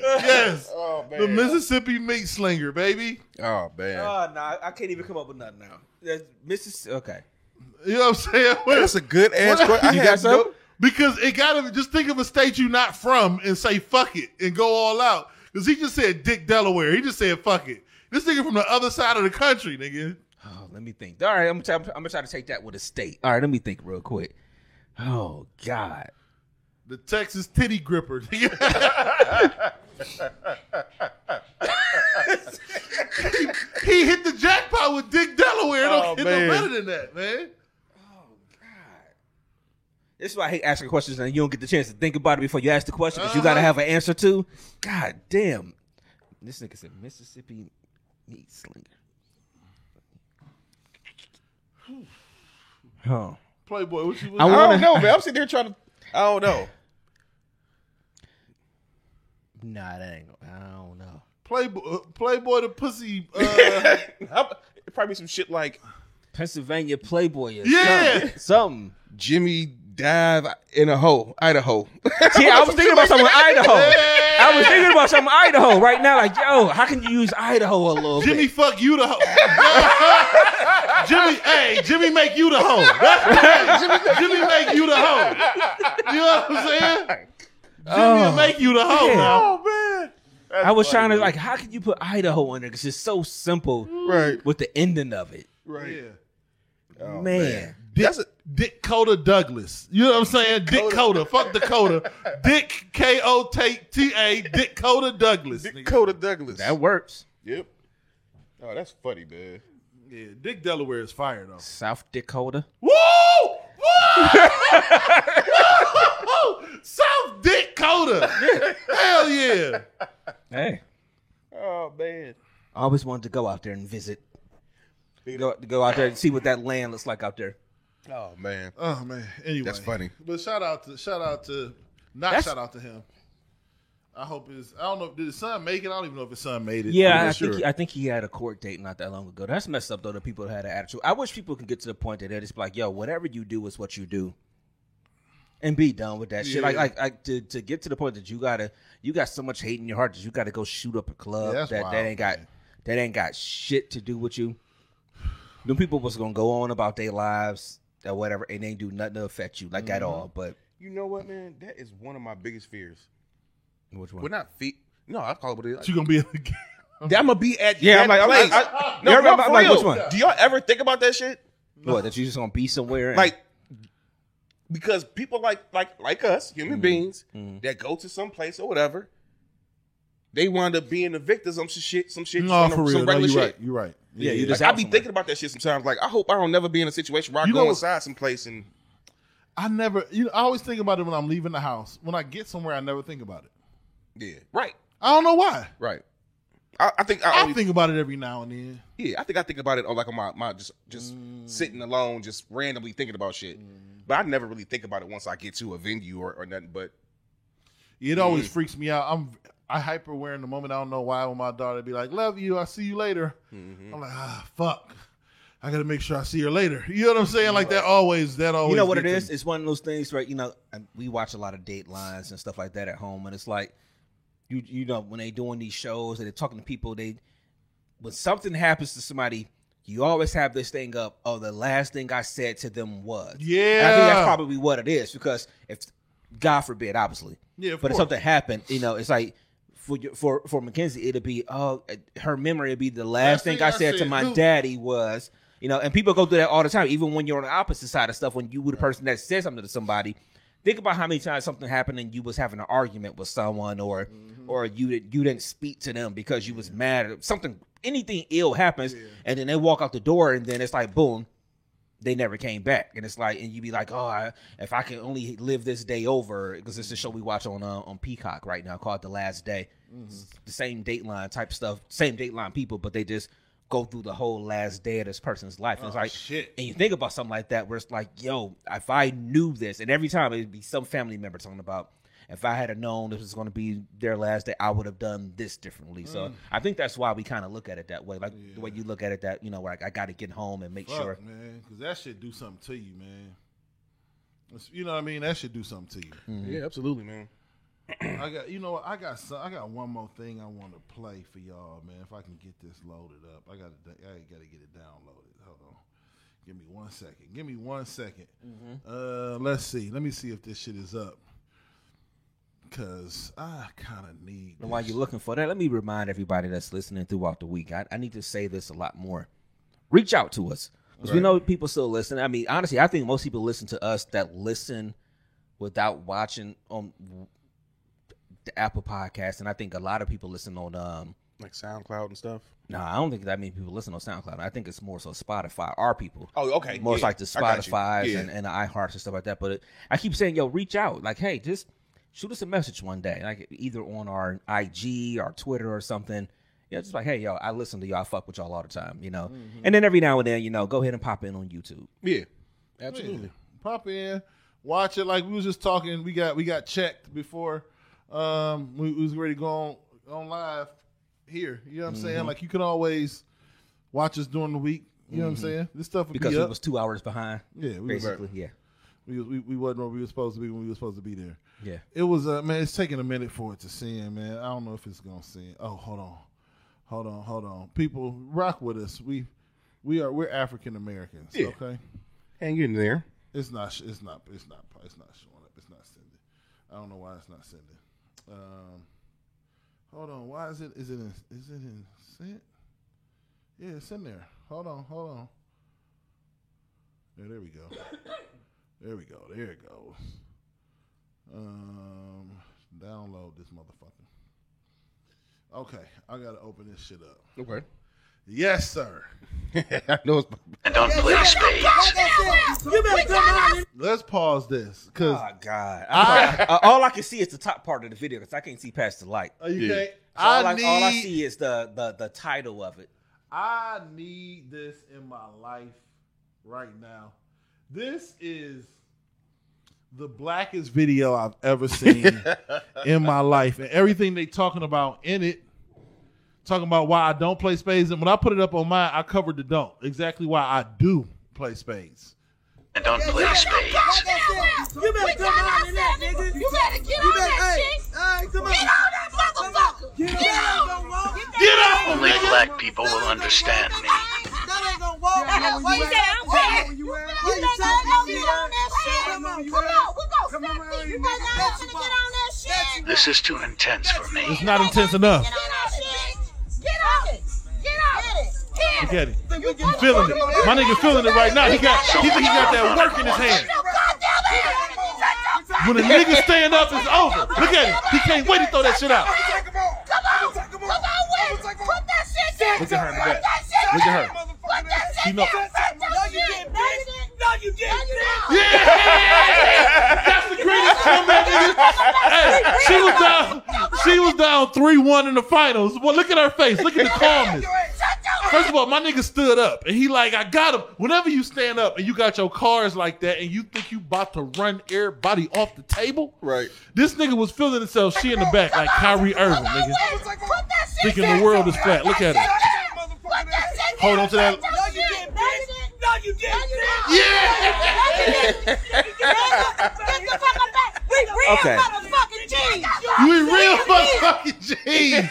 S3: yeah, yes.
S4: Oh,
S3: The Mississippi meat slinger, baby.
S4: Oh man.
S2: Oh no, I can't even come up with nothing now. That's Mrs. Okay.
S3: You know what I'm saying?
S4: That's a good ass
S3: What-
S4: question. I
S3: You
S4: had
S2: got something?
S4: no-
S3: Because it gotta just think of a state you not from and say fuck it and go all out. Because he just said Dick Delaware. He just said fuck it. This nigga from the other side of the country, nigga.
S2: Oh, let me think. All right, I'm gonna, try, I'm gonna try to take that with a state. All right, let me think real quick. Oh God.
S3: The Texas titty gripper. nigga. he, he hit the jackpot with Dick Delaware. It
S4: Oh,
S3: Don't get
S4: man.
S3: no better than that, man.
S2: This is why I hate asking questions and you don't get the chance to think about it before you ask the question because you gotta have an answer to. God damn. This nigga said Mississippi meat slinger. Huh. Oh,
S3: Playboy, what you
S2: I
S4: I
S3: was
S2: want-
S4: don't know, man. I'm sitting here trying to. I don't know.
S2: Nah, that ain't. I don't know.
S3: Playboy, uh, Playboy the pussy. Uh,
S4: How about- It'd probably be some shit like
S2: Pennsylvania Playboy. Or
S3: Yeah.
S2: Something. something.
S4: Jimmy dive in a hole, Idaho.
S2: Yeah, I was thinking about something in Idaho. I was thinking about something in Idaho right now. Like, yo, how can you use Idaho a little
S3: Jimmy,
S2: bit?
S3: fuck you the hoe. Jimmy, hey, Jimmy, make you the hoe. That's the name. Jimmy, make you the hoe. You know what I'm saying? Jimmy will
S2: Oh.
S3: make you the hoe
S2: Yeah.
S3: now.
S4: man.
S2: I was trying to like, how can you put Idaho on there? Because it's so simple
S4: Right,
S2: with the ending of it.
S4: right.
S3: Yeah.
S4: Oh,
S2: man.
S3: Dick,
S4: That's a-
S3: Dick Coda Douglas. You know what I'm saying? Dick Coda. Fuck Dakota. Dick K O T T A. Dick Coda Douglas. nigga.
S4: Dakota Douglas.
S2: That works.
S4: yep. Oh, that's funny, man.
S3: yeah, Dick Delaware is fire though.
S2: South Dakota.
S3: Woo! Woo! Woo! South Dakota. Hell yeah.
S2: Hey.
S4: Oh man.
S2: I always wanted to go out there and visit. Go, go out there and see what that land looks like out there.
S4: Oh man.
S3: Oh man. Anyway,
S4: That's funny.
S3: But shout out to shout out to not
S2: That's-
S3: shout out to him. I hope his I don't know did his son make it. I don't even know if his son made it. I'm
S2: Yeah,
S3: not
S2: I
S3: sure.
S2: think he, I think he had a court date not that long ago. That's messed up though. The people that had an attitude. I wish people could get to the point that they're just like, "Yo, whatever you do is what you do," and be done with that shit. Like,
S3: Yeah.
S2: like, like to, to get to the point that you gotta, you got so much hate in your heart that you gotta go shoot up a club
S3: Yeah, that's
S2: that
S3: wild,
S2: that ain't got
S3: man.
S2: that ain't got shit to do with you. Them people was gonna go on about their lives or whatever, and they ain't do nothing to affect you like at
S3: Mm-hmm.
S2: all. But
S4: You know what, man? That is one of my biggest fears.
S2: which
S4: We're not feet. No, I call it what it is.
S3: you gonna be in the game.
S4: I'm gonna be at
S2: Yeah,
S4: that
S2: I'm like- I'm
S4: place.
S2: like-
S4: I-
S2: Yeah,
S4: no,
S2: I'm
S4: but
S2: like-
S4: for
S2: I'm like,
S4: real,
S2: which one?
S4: Do y'all ever think about that shit?
S2: what that you just gonna be somewhere? and-
S4: Like, because people like like like us, human beings, that go to some place or whatever, they wind up being the victims of some shit, some shit,
S3: No,
S4: some,
S3: for real.
S4: some
S3: No,
S4: regular
S3: you're
S4: shit.
S3: right. You're right.
S2: Yeah, you
S4: Like,
S2: just
S4: I
S2: out
S4: be
S2: somewhere.
S4: thinking about that shit sometimes. Like, I hope I don't never be in a situation where I
S3: You
S4: go
S3: know-
S4: inside someplace and
S3: I never. You know, I always think about it when I'm leaving the house. When I get somewhere, I never think about it.
S4: yeah, right,
S3: I don't know why.
S4: right. I, I think I,
S3: I
S4: only-
S3: think about it every now and then.
S4: yeah, I think I think about it on like on my my just just sitting alone, just randomly thinking about shit. But I never really think about it once I get to a venue or, or nothing. But
S3: It always freaks me out. I'm I hyper aware in the moment. I don't know why. When my daughter be like, "Love you. I'll see you later,"
S2: Mm-hmm.
S3: I'm like, "Ah, fuck." I gotta make sure I see her later. You know what I'm saying? Like that always. That always.
S2: you know what it
S3: gets
S2: is?
S3: me.
S2: It's one of those things where you know and we watch a lot of Datelines and stuff like that at home, and it's like you you know when they doing these shows and they're talking to people, they when something happens to somebody, you always have this thing up. Oh, the last thing I said to them was And I think
S3: Yeah.
S2: that's probably what it is because if God forbid, obviously,
S3: Yeah, of
S2: but if
S3: course.
S2: something happened, you know, it's like. For, your- for for Mackenzie, it'll be oh her memory will be the last thing, I, said to my
S3: Dude.
S2: dad daddy was. You know, and people go through that all the time, even when you're on the opposite side of stuff, when you were the person that said something to somebody. Think about how many times something happened and you was having an argument with someone or or you did you didn't speak to them because you was mad or something anything ill happens and then they walk out the door and then it's like boom, they never came back. And it's like and you be like, Oh, I, if I can only live this day over, because it's a show we watch on uh, on Peacock right now called The Last Day.
S3: Mm-hmm.
S2: It's the same dateline type stuff, same dateline people, but they just go through the whole last day of this person's life. And it's like,
S3: Oh, shit.
S2: and you think about something like that, where it's like, yo, if I knew this, and every time it'd be some family member talking about, if I had have known this was going to be their last day, I would have done this differently.
S3: Mm.
S2: So I think that's why we kind of look at it that way, like the way you look at it that you know, like I got to get home and make
S3: Fuck,
S2: sure.
S3: man, because that should do something to you, man. It's- you know what I mean? That should do something to you.
S4: yeah, absolutely, man.
S3: I got you know what I got some, I got one more thing I want to play for y'all, man. If I can get this loaded up, I got I got to get it downloaded. Hold on, give me one second. Give me one second. Uh, let's see. Let me see if this shit is up. Cause I kind of need.
S2: And while
S3: this
S2: you're looking for that, let me remind everybody that's listening throughout the week. I, I need to say this a lot more. Reach out to us because we know people still listen. I mean, honestly, I think most people listen to us that listen without watching on the Apple Podcast, and I think a lot of people listen on. um
S4: Like SoundCloud and stuff.
S2: No, I don't think that many people listen on SoundCloud. I think it's more so Spotify. Our people.
S4: Oh, okay.
S2: More
S4: Yeah,
S2: like the
S4: I got you.
S2: Spotify's
S4: Yeah.
S2: and, and the iHearts and stuff like that. But it, I keep saying, yo, reach out. Like, hey, just shoot us a message one day, like either on our IG or Twitter or something. Yeah, just like, hey, yo, I listen to y'all. I fuck with y'all all the time, you know.
S4: Mm-hmm.
S2: And then every now and then, you know, go ahead and pop in on YouTube.
S4: Yeah,
S3: shit.
S4: absolutely.
S3: Pop in, watch it. Like we was just talking, we got we got checked before um we, we was ready to go on, on live here. You know what I'm
S2: Mm-hmm.
S3: saying? Like you can always watch us during the week. You know what I'm saying? This stuff would
S2: Mm-hmm. Because
S3: be
S2: we
S3: up.
S2: was two hours behind,
S3: yeah, we was,
S2: basically. Yeah.
S3: we, we we wasn't where we were supposed to be when we were supposed to be there.
S2: Yeah.
S3: It was uh man, it's taking a minute for it to send, man. I don't know if it's gonna send. Oh, hold on. Hold on, hold on. People rock with us. We we are we're African Americans.
S4: Yeah.
S3: Okay.
S4: Hang in there.
S3: It's not sh- it's not it's not it's not showing up. It's not sending. I don't know why it's not sending. Um Hold on. Why is it is it in, is it in sent? Yeah, it's in there. Hold on, hold on. Yeah, there we go. there we go. There it goes. Um download this motherfucker. Okay, I got to open this shit up.
S4: Okay.
S3: Yes, sir.
S4: I know it's
S3: Let's pause this cuz
S2: Oh, God.
S4: Ah.
S2: I, uh, all I can see is the top part of the video because I can't see past the light.
S3: Oh, you
S4: Yeah.
S3: can't-
S2: So all,
S3: I
S2: I,
S3: need
S2: all I see is the, the, the title of it.
S3: I need this in my life right now. This is the blackest video I've ever seen in my life. And everything they talking about in it, talking about why I don't play spades. And when I put it up on mine, I covered the don't. Exactly why I do play spades.
S8: You better come out in that, nigga. You better get on that shit. Get on that motherfucker. Get on.
S3: Get off!
S9: Only black people will understand me.
S8: That ain't gonna walk. Why you say I'm wet? You better go get on that shit. Come on, we gonna step it. You better not get on that shit.
S9: This is too intense for me.
S3: It's not intense enough.
S8: Get on that shit. Get on it. Get on it. Get
S3: Look at it.
S8: You
S3: He feeling it. My nigga feeling it right now. He got he think he got that work in his hand.
S8: goddamn
S3: When
S8: it.
S3: a nigga stand up, it's over. Look at him. He can't wait to throw that shit out.
S8: Come on, come on, Wes. Put that shit down.
S4: Look at her in the
S8: Put
S4: back.
S8: that shit
S4: Look at
S8: down. Put that shit
S3: She know-
S8: down. Put that
S9: No, you
S8: shit
S9: didn't,
S8: down. No, you didn't.
S3: That's the greatest comeback in his- Hey, she was down. She was down three one in the finals. Well, look at her face. Look at the calmness.
S8: Shut your
S3: First of all, my nigga stood up and he like, I got him. Whenever you stand up and you got your cars like that and you think you about to run everybody off the table,
S4: Right.
S3: This nigga was feeling himself. She in the back like Kyrie Irving,
S8: Come on,
S3: nigga.
S8: Wes. Put that shit
S3: Thinking
S8: down.
S3: the world is flat. Look at
S8: Put
S3: it.
S8: that shit down. Put that shit
S3: Hold
S8: down.
S3: on to that.
S8: Put that shit down. No, you didn't.
S3: Yeah.
S8: Get the fuck up back. We real
S2: Okay.
S8: motherfucking G's.
S3: You in real motherfucking jeans.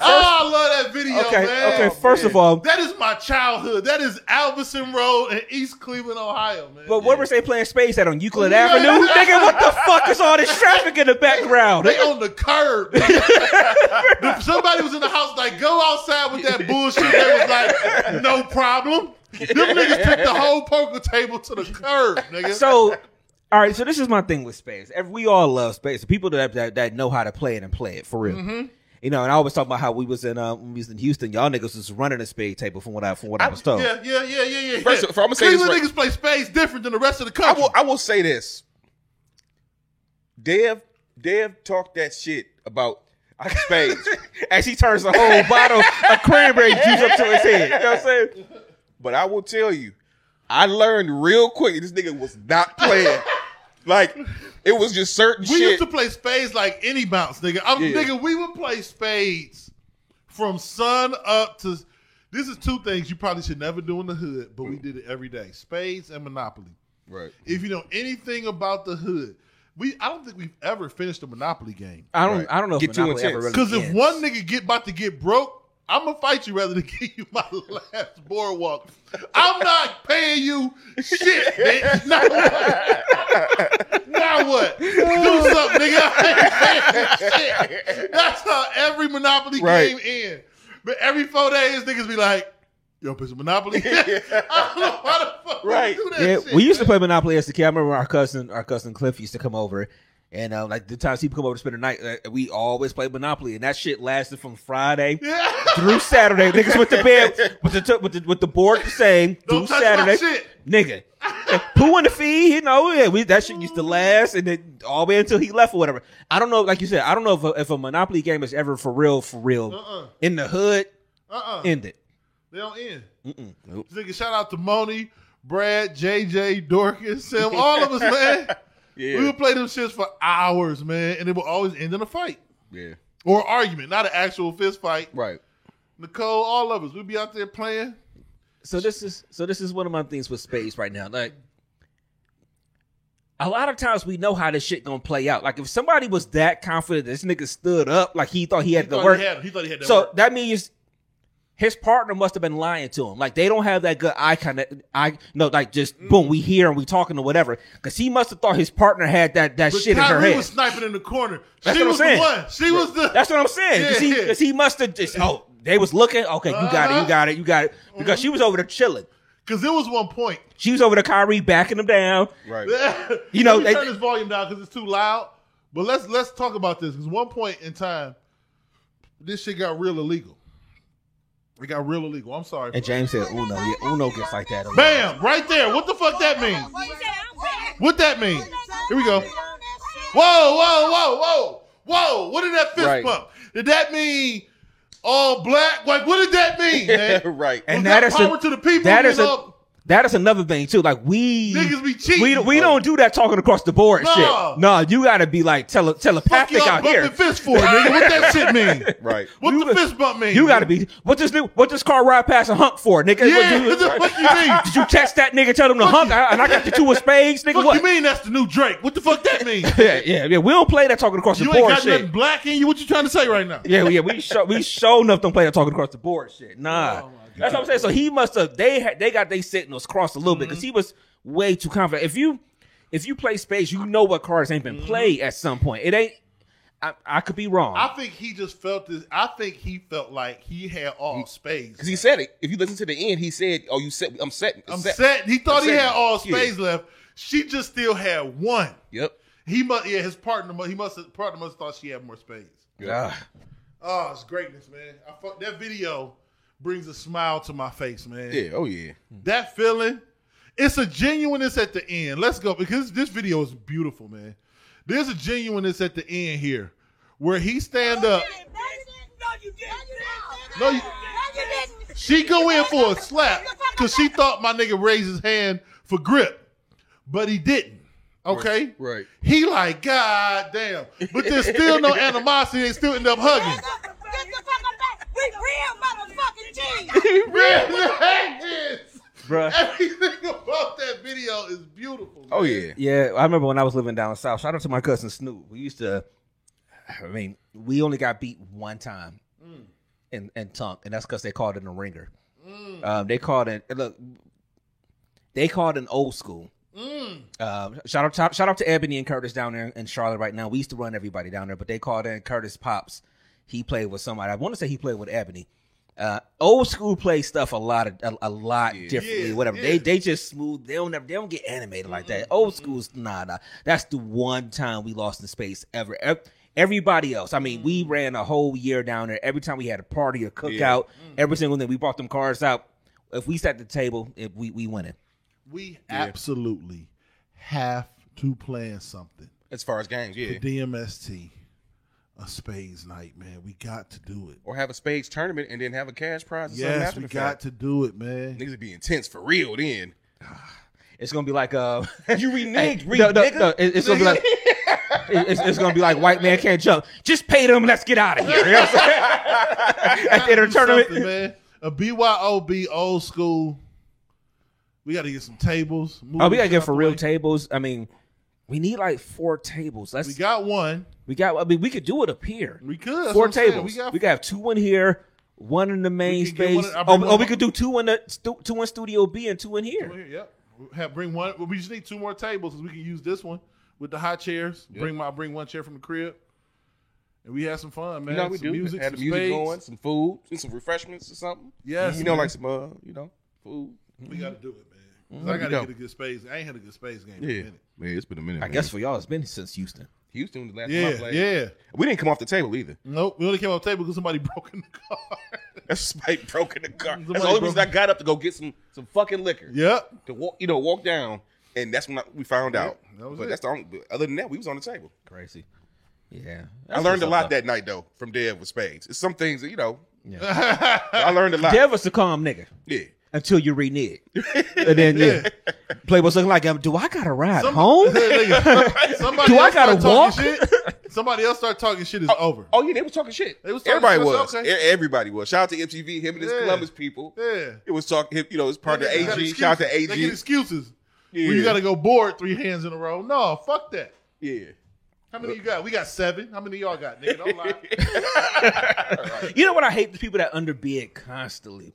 S3: Oh, I love that video,
S2: Okay,
S3: man.
S2: okay. First of all,
S3: That is my childhood. That is Alverson Road in East Cleveland, Ohio, man.
S2: But what were they playing space at on Euclid
S3: Yeah.
S2: Avenue? Nigga, what the fuck is all this traffic in the background?
S3: they on the curb. If Somebody was in the house like, go outside with that bullshit. They was like, no problem. Them niggas took the whole poker table to the curb, nigga.
S2: So, all right, so this is my thing with space. Ev- We all love space. The people that, that that know how to play it and play it for real. You know, and I always talk about how we was in uh, when we was in Houston. Y'all niggas was running a spade table from what I from what I was told.
S3: yeah, yeah, yeah, yeah, yeah.
S4: First
S3: yeah.
S4: of all, I'ma say this
S3: Cleveland
S4: right-
S3: niggas play space different than the rest of the
S4: I
S3: country.
S4: will. I will say this. Dev, Dev talked that shit about spades,
S2: As he turns the whole bottle of cranberry juice up to his head. You know what I'm saying?
S4: but I will tell you, I learned real quick. This nigga was not playing. like it was just certain
S3: We
S4: shit.
S3: used to play spades like any bounce, nigga. I'm
S4: Yeah.
S3: nigga, we would play spades from sun up to this is two things you probably should never do in the hood,
S4: Mm.
S3: but we did it every day. Spades and Monopoly.
S4: right.
S3: If you know anything about the hood, we I don't think we've ever finished a Monopoly game.
S2: I don't. I don't know
S4: Get
S2: if
S4: too
S2: Monopoly ever
S4: intense.
S2: really
S3: Because if
S2: ends.
S3: one nigga get about to get broke, I'm gonna fight you rather than give you my last boardwalk. I'm not paying you shit, bitch. Now what? Now what? Do something, nigga. I ain't paying you shit. That's how every Monopoly
S4: Right.
S3: game ends. But every four days, niggas be like, "Yo, play some Monopoly." I don't know why the fuck
S4: Right.
S3: we do that
S2: Yeah,
S3: shit.
S2: we used to
S3: man.
S2: play Monopoly as a kid. I remember our cousin, our cousin Cliff, used to come over, and uh, like the times he'd come over to spend the night, uh, we always played Monopoly, and that shit lasted from Friday
S3: Yeah.
S2: through Saturday. Niggas went to bed with the t- with the, with the board the same
S3: Don't
S2: through
S3: touch
S2: Saturday.
S3: my shit.
S2: Nigga, poo in the feed, you know, yeah, we, that shit used to last, and then all the way until he left or whatever. I don't know, like you said, I don't know if a, if a Monopoly game is ever for real, for real
S3: Uh-uh.
S2: in the hood.
S3: Uh-uh.
S2: End it.
S3: They don't end.
S2: Mm-mm.
S4: Nope.
S3: Nigga, shout out to Moni, Brad, JJ, Dorcas, Sam, all of us, man. We would play them shits for hours, man, and it would always end in a fight
S4: Yeah.
S3: or argument, not an actual fist fight.
S4: Right.
S3: Nicole, all of us, we'd be out there playing.
S2: so this is so this is one of my things with space right now. Like a lot of times we know how this shit gonna play out. Like if somebody was that confident this nigga stood up, like he thought he had
S3: he
S2: the
S3: thought
S2: work.
S3: He, had, he thought he had that
S2: so
S3: work.
S2: that means his partner must have been lying to him. Like they don't have that good eye connect. I no, like just
S3: Mm.
S2: boom, we here and we talking or whatever. Because he must have thought his partner had that that
S3: But
S2: shit in her
S3: Kyrie
S2: head.
S3: was sniping in the corner.
S2: That's
S3: she
S2: what I'm
S3: was
S2: saying.
S3: the one. She was the.
S2: That's what I'm saying. Because
S3: Yeah.
S2: he, 'cause he must have just oh they was looking. Okay, you got it,
S3: Uh-huh.
S2: you got it, you got it. Because she was over there chilling.
S3: Because it was one point.
S2: She was over to Kyrie backing him down.
S4: Right.
S2: You know,
S3: Let me
S2: they-
S3: turn this volume down because it's too loud. But let's let's talk about this because one point in time, this shit got real illegal. It got real illegal. I'm sorry.
S2: And
S3: for-
S2: James said Uno. Yeah, Uno gets like that. a lot.
S3: Bam! Right there. What the fuck that mean? What that mean? Here we go. Whoa, whoa, whoa, whoa, whoa! What did that fist
S4: Right.
S3: bump? Did that mean all black? Like, what did that mean, man?
S4: right.
S3: Was
S2: And
S3: that,
S2: that is
S3: power
S2: a-
S3: to the people.
S2: that
S3: you
S2: is a-
S3: know?
S2: That is another thing too. Like we
S3: Niggas be cheating.
S2: We, we don't do that talking across the board
S3: Nah.
S2: shit. No, you gotta be like tele,
S3: fuck
S2: telepathic
S3: y'all
S2: out
S3: bumping
S2: here.
S3: fist for, nigga. What that shit mean?
S4: Right.
S3: What
S2: You
S3: the
S2: was-
S3: fist bump mean?
S2: You gotta be
S3: nigga?
S2: what this new- what this car ride past a hump for, nigga?
S3: Yeah,
S2: What
S3: what the
S2: you,
S3: fuck you mean?
S2: did you text that nigga tell him to hump I- and I got the two of spades, nigga?
S3: Fuck
S2: What?
S3: you mean that's the new Drake? What the fuck that mean?
S2: Yeah, yeah, yeah. We don't play that talking across
S3: you
S2: the
S3: ain't
S2: board
S3: got
S2: shit.
S3: nothing black in you. What you trying to say right now?
S2: Yeah, yeah, we show we show enough don't play that talking across the board shit. Nah, that's what I'm saying. So he must have they had they got their signals crossed a little bit because he was way too confident. If you if you play space, you know what cards ain't been played at some point. It ain't. I, I could be wrong.
S3: I think he just felt this. I think he felt like he had all space.
S4: Because he said it. If you listen to the end, he said, "Oh, you set. I'm set.
S3: I'm set. He thought he
S4: upset.
S3: had all
S4: Yeah.
S3: space left. She just still had one.
S4: Yep.
S3: He must. Yeah, his partner. mu- He must. His partner must have thought she had more space.
S2: Ah,
S3: Oh, it's greatness, man. I fuck, that video brings a smile to my face, man.
S4: Yeah. Oh yeah.
S3: That feeling, it's a genuineness at the end. Let's go because this video is beautiful, man. There's a genuineness at the end here, where he stand up. No, you- She go in for a slap because she thought my nigga raised his hand for grip, but he didn't. Okay,
S4: Right.
S3: He like God damn, but there's still no animosity. They still end up hugging.
S8: Get the fuck up back. We real motherfucking G's.
S3: Really?
S2: bruh.
S3: Everything about that video is beautiful.
S4: Oh
S3: man.
S4: yeah.
S2: Yeah, I remember when I was living down south. Shout out to my cousin Snoop. We used to, I mean, we only got beat one time in in Tunk, and that's because they called in a ringer. Um, they called in and look, they called in old school. Um, shout out shout, shout out to Ebony and Curtis down there in Charlotte right now. We used to run everybody down there, but they called in Curtis Pops. He played with somebody. I want to say he played with Ebony. Uh, old school play stuff a lot of, a, a lot differently.
S3: Yeah,
S2: whatever
S3: yeah.
S2: they they just smooth. They don't never they don't get animated like that. Old school's nah nah. That's the one time we lost in space ever. Ev- Everybody else, I mean, we ran a whole year down there. Every time we had a party or cookout, every single thing we brought them cars out. If we sat at the table, if we we winning.
S3: We absolutely have to plan something.
S4: As far as games, yeah.
S3: The DMST, a spades night, man. We got to do it.
S4: Or have a spades tournament and then have a cash prize. Or something
S3: Yes,
S4: after
S3: we
S4: the
S3: got
S4: fact.
S3: to do it, man.
S4: Niggas would be intense for real then.
S2: It's gonna be like uh,
S4: You reneged, re-
S2: no, no,
S4: nigga.
S2: no, it- it's gonna be like it- it's, it's gonna be like white man can't jump. Just pay them. Let's get out of here. You know what I'm saying? At the end of
S3: Do
S2: the tournament,
S3: something, man. A BYOB old school. We got to get some tables. move
S2: oh, we gotta
S3: this
S2: get
S3: out
S2: for
S3: the
S2: real
S3: way.
S2: tables. I mean, We need like four tables. Let's,
S3: we got one.
S2: We got. I mean, we could do it up here.
S3: We could. That's
S2: Four
S3: what I'm saying.
S2: tables.
S3: We got-
S2: we could have two in here, one in the main
S3: could get one
S2: space.
S3: in- I
S2: oh,
S3: bring
S2: oh,
S3: one-
S2: we could do two in the stu- two in Studio B and two in here.
S3: Well, here, Yep. We Have, bring one. well, We just need two more tables because we can use this one with the high chairs. Bring my bring one chair from the crib, and we had some fun, man.
S4: you know, we
S3: some
S4: do
S3: music,
S4: had
S3: some
S4: the music
S3: spades.
S4: going, some food, and some refreshments or something.
S3: Yes,
S4: you know,
S3: man.
S4: like some uh, you know, food.
S3: We got to do it, man. 'Cause
S4: Mhm.
S3: I got
S4: You
S3: to
S4: know.
S3: get a good spades. I ain't had a good spades game.
S4: Yeah, man, it's been a minute.
S2: I guess for y'all, it's been since Houston.
S4: Houston was the last
S3: Yeah,
S4: time I played.
S3: yeah.
S4: We didn't come off the table either.
S3: Nope. We only came off the table because somebody broke in the car.
S4: That's somebody broke in the car. that's
S3: Somebody
S4: the only
S3: broke-
S4: reason I got up to go get some some fucking liquor.
S3: Yep.
S4: To walk, you know, walk down, and that's when I, we found out.
S3: that was
S4: but
S3: it.
S4: that's the only. But other than that, we was on the table.
S2: Crazy. Yeah,
S4: I learned a lot that night though from Dev with Spades. It's some things that you know.
S3: Yeah.
S4: I learned a lot.
S2: Dev was a calm nigga
S4: yeah.
S2: until you renege, and then yeah, Playboy's looking like, um, do I gotta ride
S3: Some-
S2: home?
S3: Nigga, somebody
S2: Do I
S3: else
S2: gotta
S3: start talking
S2: walk?
S3: Shit. Somebody else start talking shit is over.
S4: Oh yeah, they was talking shit.
S3: They was talking
S4: Everybody
S3: shit,
S4: was.
S3: okay.
S4: E- Everybody was. Shout out to MTV, him and his
S3: Yeah.
S4: Columbus people.
S3: Yeah.
S4: It was talking. You know, it's part of
S3: They got
S4: AG. Shout out to
S3: excuses. They get
S4: AG.
S3: excuses.
S4: Yeah.
S3: When you got to go board three hands in a row. No, fuck that.
S4: Yeah.
S3: How many you got? We got seven. How many y'all got, nigga? Don't lie.
S2: You know what I hate? The people that underbid constantly.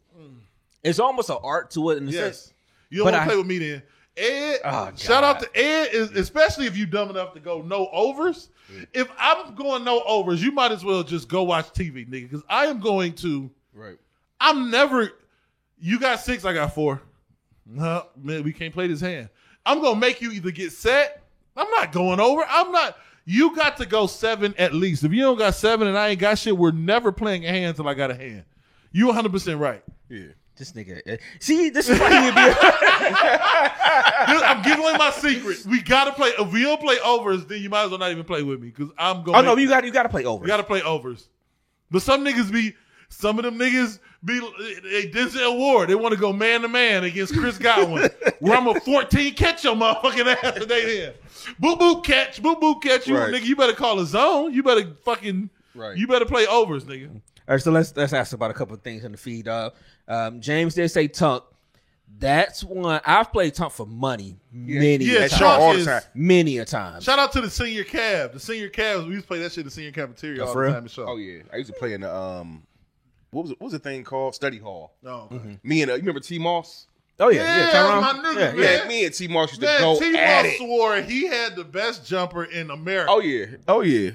S2: It's almost an art to it. In the sense,
S3: Mm. yes. You don't
S2: But
S3: want
S2: I-
S3: to play with me then. Ed,
S2: Oh,
S3: shout out
S2: God.
S3: to Ed, is, especially if you dumb enough to go no overs. If I'm going no overs, you might as well just go watch TV, nigga, because I am going to.
S4: Right.
S3: I'm never. You got six, I got four. No, man, we can't play this hand. I'm gonna make you either get set. I'm not going over. I'm not. You got to go seven at least. If you don't got seven and I ain't got shit, we're never playing a hand until I got a hand. You 100 percent right.
S4: Yeah.
S2: This nigga, eh, see, this is why he would be.
S3: Dude, I'm giving away my secret. We gotta play. If we don't play overs, then you might as well not even play with me because I'm going.
S2: oh no, you got you got to play over.
S3: We gotta play overs. But some niggas be, some of them niggas be, they Denzel Ward. They want to go man to man against Chris Godwin, where I'm a 14 catch your motherfucking ass today. Then boop boop catch, boop boop catch you,
S4: Right.
S3: nigga. You better call a zone. You better fucking.
S4: Right.
S3: You better play overs, nigga.
S2: All right, so let's let's ask about a couple of things in the feed. Uh, um, James did say Tunk. That's one I've played Tunk for money many
S3: Yeah,
S2: a
S4: That's
S3: Chunk
S4: y'all
S2: time,
S4: all the
S3: is-
S4: time.
S2: many a time.
S3: Shout out to the senior cab. The senior cabs. We used to play that shit in the senior cafeteria
S2: Oh,
S3: all
S2: for
S3: the
S2: real?
S3: time. at Shaw.
S4: Oh yeah. I used to play in the um. What was it? What was the thing called? Study hall.
S3: No, okay.
S4: Me and uh, you remember T Moss?
S2: Oh yeah,
S3: Yeah,
S2: yeah,
S3: that's
S2: Tyrone.
S3: my nigga,
S2: yeah,
S3: man.
S2: yeah.
S4: Yeah. Me and T Moss used to
S3: Man,
S4: go
S3: T.
S4: at
S3: Moss
S4: it.
S3: swore he had the best jumper in America.
S4: Oh yeah. Oh yeah.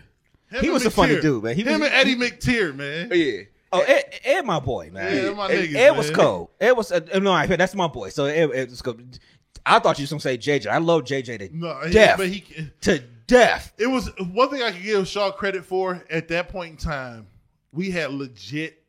S3: Him
S2: He
S3: and
S2: was a funny
S3: McTeer.
S2: dude, man. He
S3: Him
S2: was-
S3: and Eddie McTeer, man.
S4: Oh yeah.
S2: Oh, Ed, Ed, my boy, man.
S3: Yeah, my
S2: Ed,
S3: niggas,
S2: Ed was
S3: man.
S2: cold. Ed was uh, no, I- that's my boy. So Ed, Ed was cold. I thought you was gonna say JJ. I love JJ to
S3: No, he-
S2: death.
S3: but he-
S2: to death.
S3: It was one thing I could give Shaw credit for at that point in time. We had legit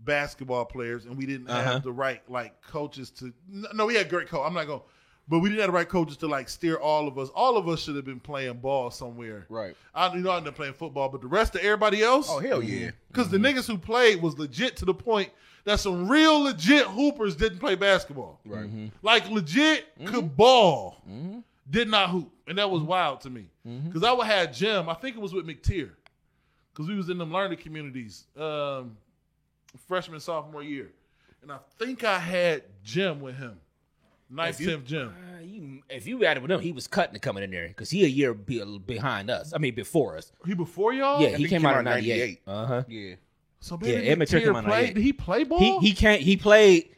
S3: basketball players, and we didn't
S2: Uh-huh.
S3: have the right like coaches to. no- No, we had great coach. I'm not going, to but we didn't have the right coaches to like steer all of us. All of us should have been playing ball somewhere.
S4: Right.
S3: I you know I ended up playing football, but the rest of everybody else.
S4: Oh hell yeah.
S3: Because the niggas who played was legit to the point that some real legit hoopers didn't play basketball.
S4: Right.
S3: Like legit
S2: Mm-hmm.
S3: could ball, did not hoop, and that was wild to me.
S2: Mm-hmm.
S3: Because I would have Jim. I think it was with McTeer, because we was in them learning communities, um, freshman sophomore year, and I think I had Jim with him, ninth tenth Jim.
S2: Uh, you- If you had it with him, he was cutting to coming in there because he a year be, behind us. I mean, before us.
S3: He before y'all.
S2: Yeah, he
S4: he
S2: came,
S4: came
S2: out
S4: out
S2: in
S4: in
S2: '98. Uh huh.
S4: Yeah.
S3: So
S2: Yeah,
S3: baby,
S2: Ed McTeer came out
S3: McTeer
S2: in
S3: played.
S2: 98.
S3: Did he play ball?
S2: He he can't. He played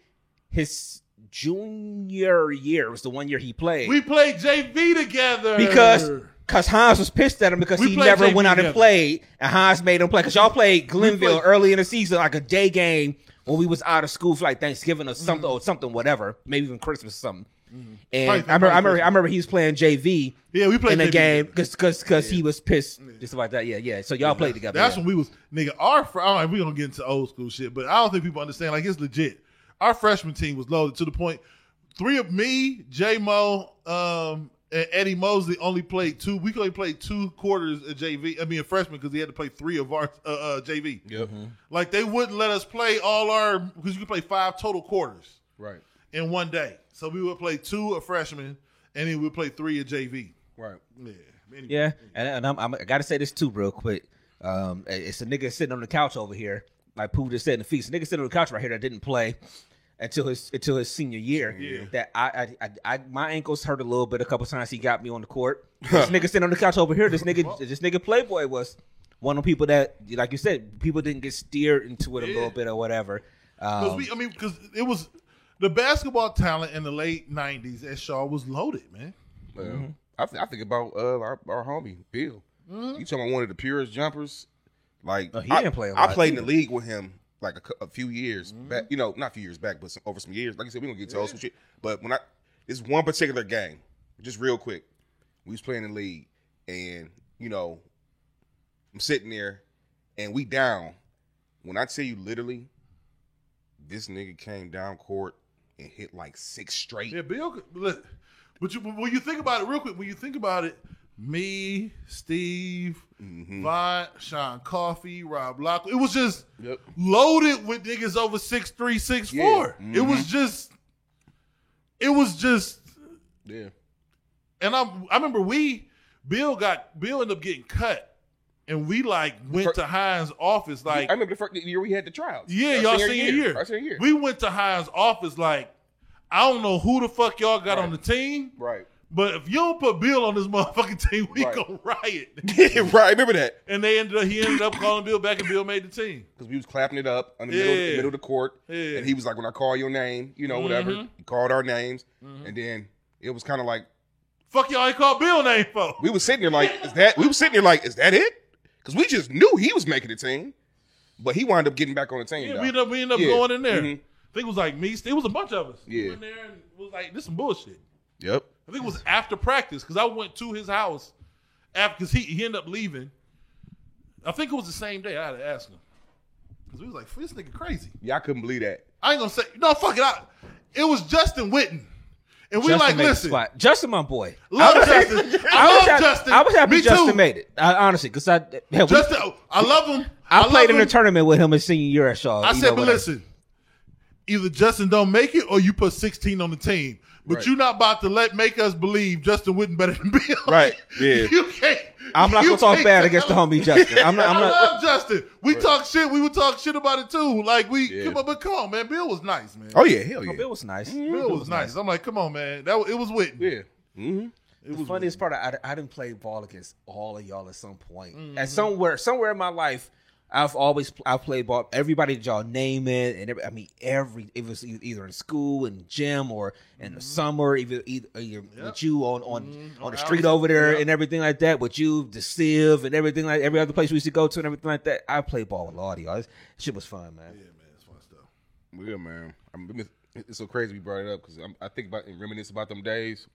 S2: his junior year was the one year he played
S3: we played JV together
S2: because because Hans was pissed at him because
S3: We
S2: he
S3: played
S2: never
S3: JV
S2: went out and
S3: together.
S2: played, and Hans made him play because y'all played Glenville
S3: played-
S2: early in the season like a day game when we was out of school for like Thanksgiving or something or something whatever, maybe even Christmas or something. And
S3: Mm-hmm. Probably-
S2: I remember, I
S3: probably
S2: remember, I
S3: Christmas.
S2: remember he was playing JV.
S3: Yeah, we played
S2: in the
S3: JV
S2: game
S3: together.
S2: because because he was pissed just about that. Yeah, yeah. So y'all played together.
S3: That's
S2: yeah.
S3: when we was nigga. Our fr- all right, we gonna get into old school shit, but I don't think people understand. Like it's legit. Our freshman team was loaded to the point. Three of me, J Mo, um, and Eddie Mosley only played two. We only played two quarters of JV. I mean, a freshman because he had to play three of our uh, uh, JV.
S4: Yep.
S3: Like they wouldn't let us play all our because you could play five total quarters
S4: Right.
S3: in one day. So we would play two of freshmen, and then we would play three of JV.
S4: Right.
S3: Yeah. Anyway.
S2: Yeah, Mm-hmm. and, and I'm, I'm, I got to say this too, real quick. Um, it's a nigga sitting on the couch over here, like Pooh just said in the feast. A nigga sitting on the couch right here that didn't play, until his until his senior year. That I, I I I my ankles hurt a little bit a couple times. He got me on the court. this nigga sitting on the couch over here. This nigga this nigga Playboy was one of the people that like you said people didn't get steered into it a little bit or whatever.
S3: Because
S2: Um,
S3: we, I mean, because it was the basketball talent in the late '90s at Shaw was loaded, man.
S4: Well, I, th- I think about uh, our, our homie Bill. You talking about one of the purest jumpers? Like
S2: Oh, he
S4: I,
S2: didn't play a
S4: I
S2: lot
S4: played in the
S2: either.
S4: league with him like a, cou- a few years back. You know, not a few years back, but some, over some years. Like you said, we gonna get to all some shit. But when I this one particular game, just real quick, we was playing in the league, and you know, I'm sitting there, and we down. When I tell you, literally, this nigga came down court and hit like six straight.
S3: Yeah, Bill. could- Look, but you, when you think about it, real quick, when you think about it, me, Steve, Vaughn, Sean Coffey, Rob Locke, it was just
S4: Yep.
S3: loaded with niggas over six three, six four.
S4: Yeah.
S3: It was just, it was just,
S4: Yeah.
S3: and I am I remember we Bill got Bill ended up getting cut, and we like went
S4: Fir-
S3: to Hines' office like
S4: I remember the first year we had the trials.
S3: Yeah,
S4: Our
S3: y'all senior year.
S4: Our senior year.
S3: We went to Hines' office like, I don't know who the fuck y'all got on the team,
S4: right.
S3: but if you don't put Bill on this motherfucking team, we
S4: Right.
S3: gonna riot.
S4: right. I remember that
S3: And they ended up he ended up calling Bill back, and Bill made the team.
S4: because we was clapping it up in the middle,
S3: Yeah.
S4: the middle of the court,
S3: Yeah. Mm-hmm.
S4: and he was like, "When I call your name, you know, whatever." He called our names, and then it was kind of like
S3: Fuck y'all, ain't called Bill name for.
S4: we was sitting there like, "Is that?" We was sitting there like, "Is that it?" Because we just knew he was making the team, but he wound up getting back on the team.
S3: Yeah,
S4: though.
S3: we ended up we ended up
S4: Yeah.
S3: going in there.
S4: Mhm.
S3: I think it was like me. It was a bunch of us. We
S4: Yeah.
S3: went there and was like, this some bullshit.
S4: Yep.
S3: I think it was after practice because I went to his house after because he, he ended up leaving. I think it was the same day. I had to ask him because we was like, "This nigga crazy."
S4: Yeah, I couldn't believe that.
S3: I ain't gonna say no. Fuck it. I, it was Justin Witten, and we like
S2: made the
S3: listen.
S2: spot. Justin, my boy.
S3: Love
S2: I was
S3: Justin.
S2: happy-
S3: I
S2: I was
S3: love
S2: happy-
S3: Justin.
S2: I was happy
S3: Me
S2: Justin
S3: too.
S2: made it. I, honestly, because I hell, we-
S3: Justin, I love him.
S2: I,
S3: love
S2: played in
S3: him.
S2: the tournament with him his senior year at Shaw.
S3: I
S2: you
S3: said,
S2: know,
S3: but
S2: whatever.
S3: listen, either Justin don't make it or you put 16 on the team. But
S4: Right.
S3: you're not about to let make us believe Justin Witten better than Bill.
S4: Right, yeah.
S3: you can't.
S2: I'm not
S3: you
S2: gonna talk
S3: can't
S2: bad
S3: tell-
S2: against the homie Justin. I'm not. I'm
S3: I
S2: not.
S3: love Justin. We talk shit. We would talk shit about it too. Like we,
S4: Yeah.
S3: come on, but come on, man. Bill was nice, man.
S4: Oh yeah, hell yeah,
S2: Oh, Bill was nice.
S3: Bill was nice. I'm like, come on, man. That wa- it was Witten.
S4: yeah. Mm-hmm.
S3: It
S2: The
S3: was
S2: funniest part, I, I didn't play ball against all of y'all at some point.
S3: Mm-hmm.
S2: At somewhere, somewhere in my life, I've always I played ball. Everybody that y'all name it, and every, I mean every. It was e- either in school, in gym, or in
S3: Mm-hmm.
S2: the summer. Either either, either with you on on on the street over there and everything like that. With you, the sieve and everything like every other place we used to go to and everything like that. I played ball with all of y'all. This shit was fun, man.
S4: Yeah, man. I'm, it's so crazy we brought it up because I think about and reminisce about them days.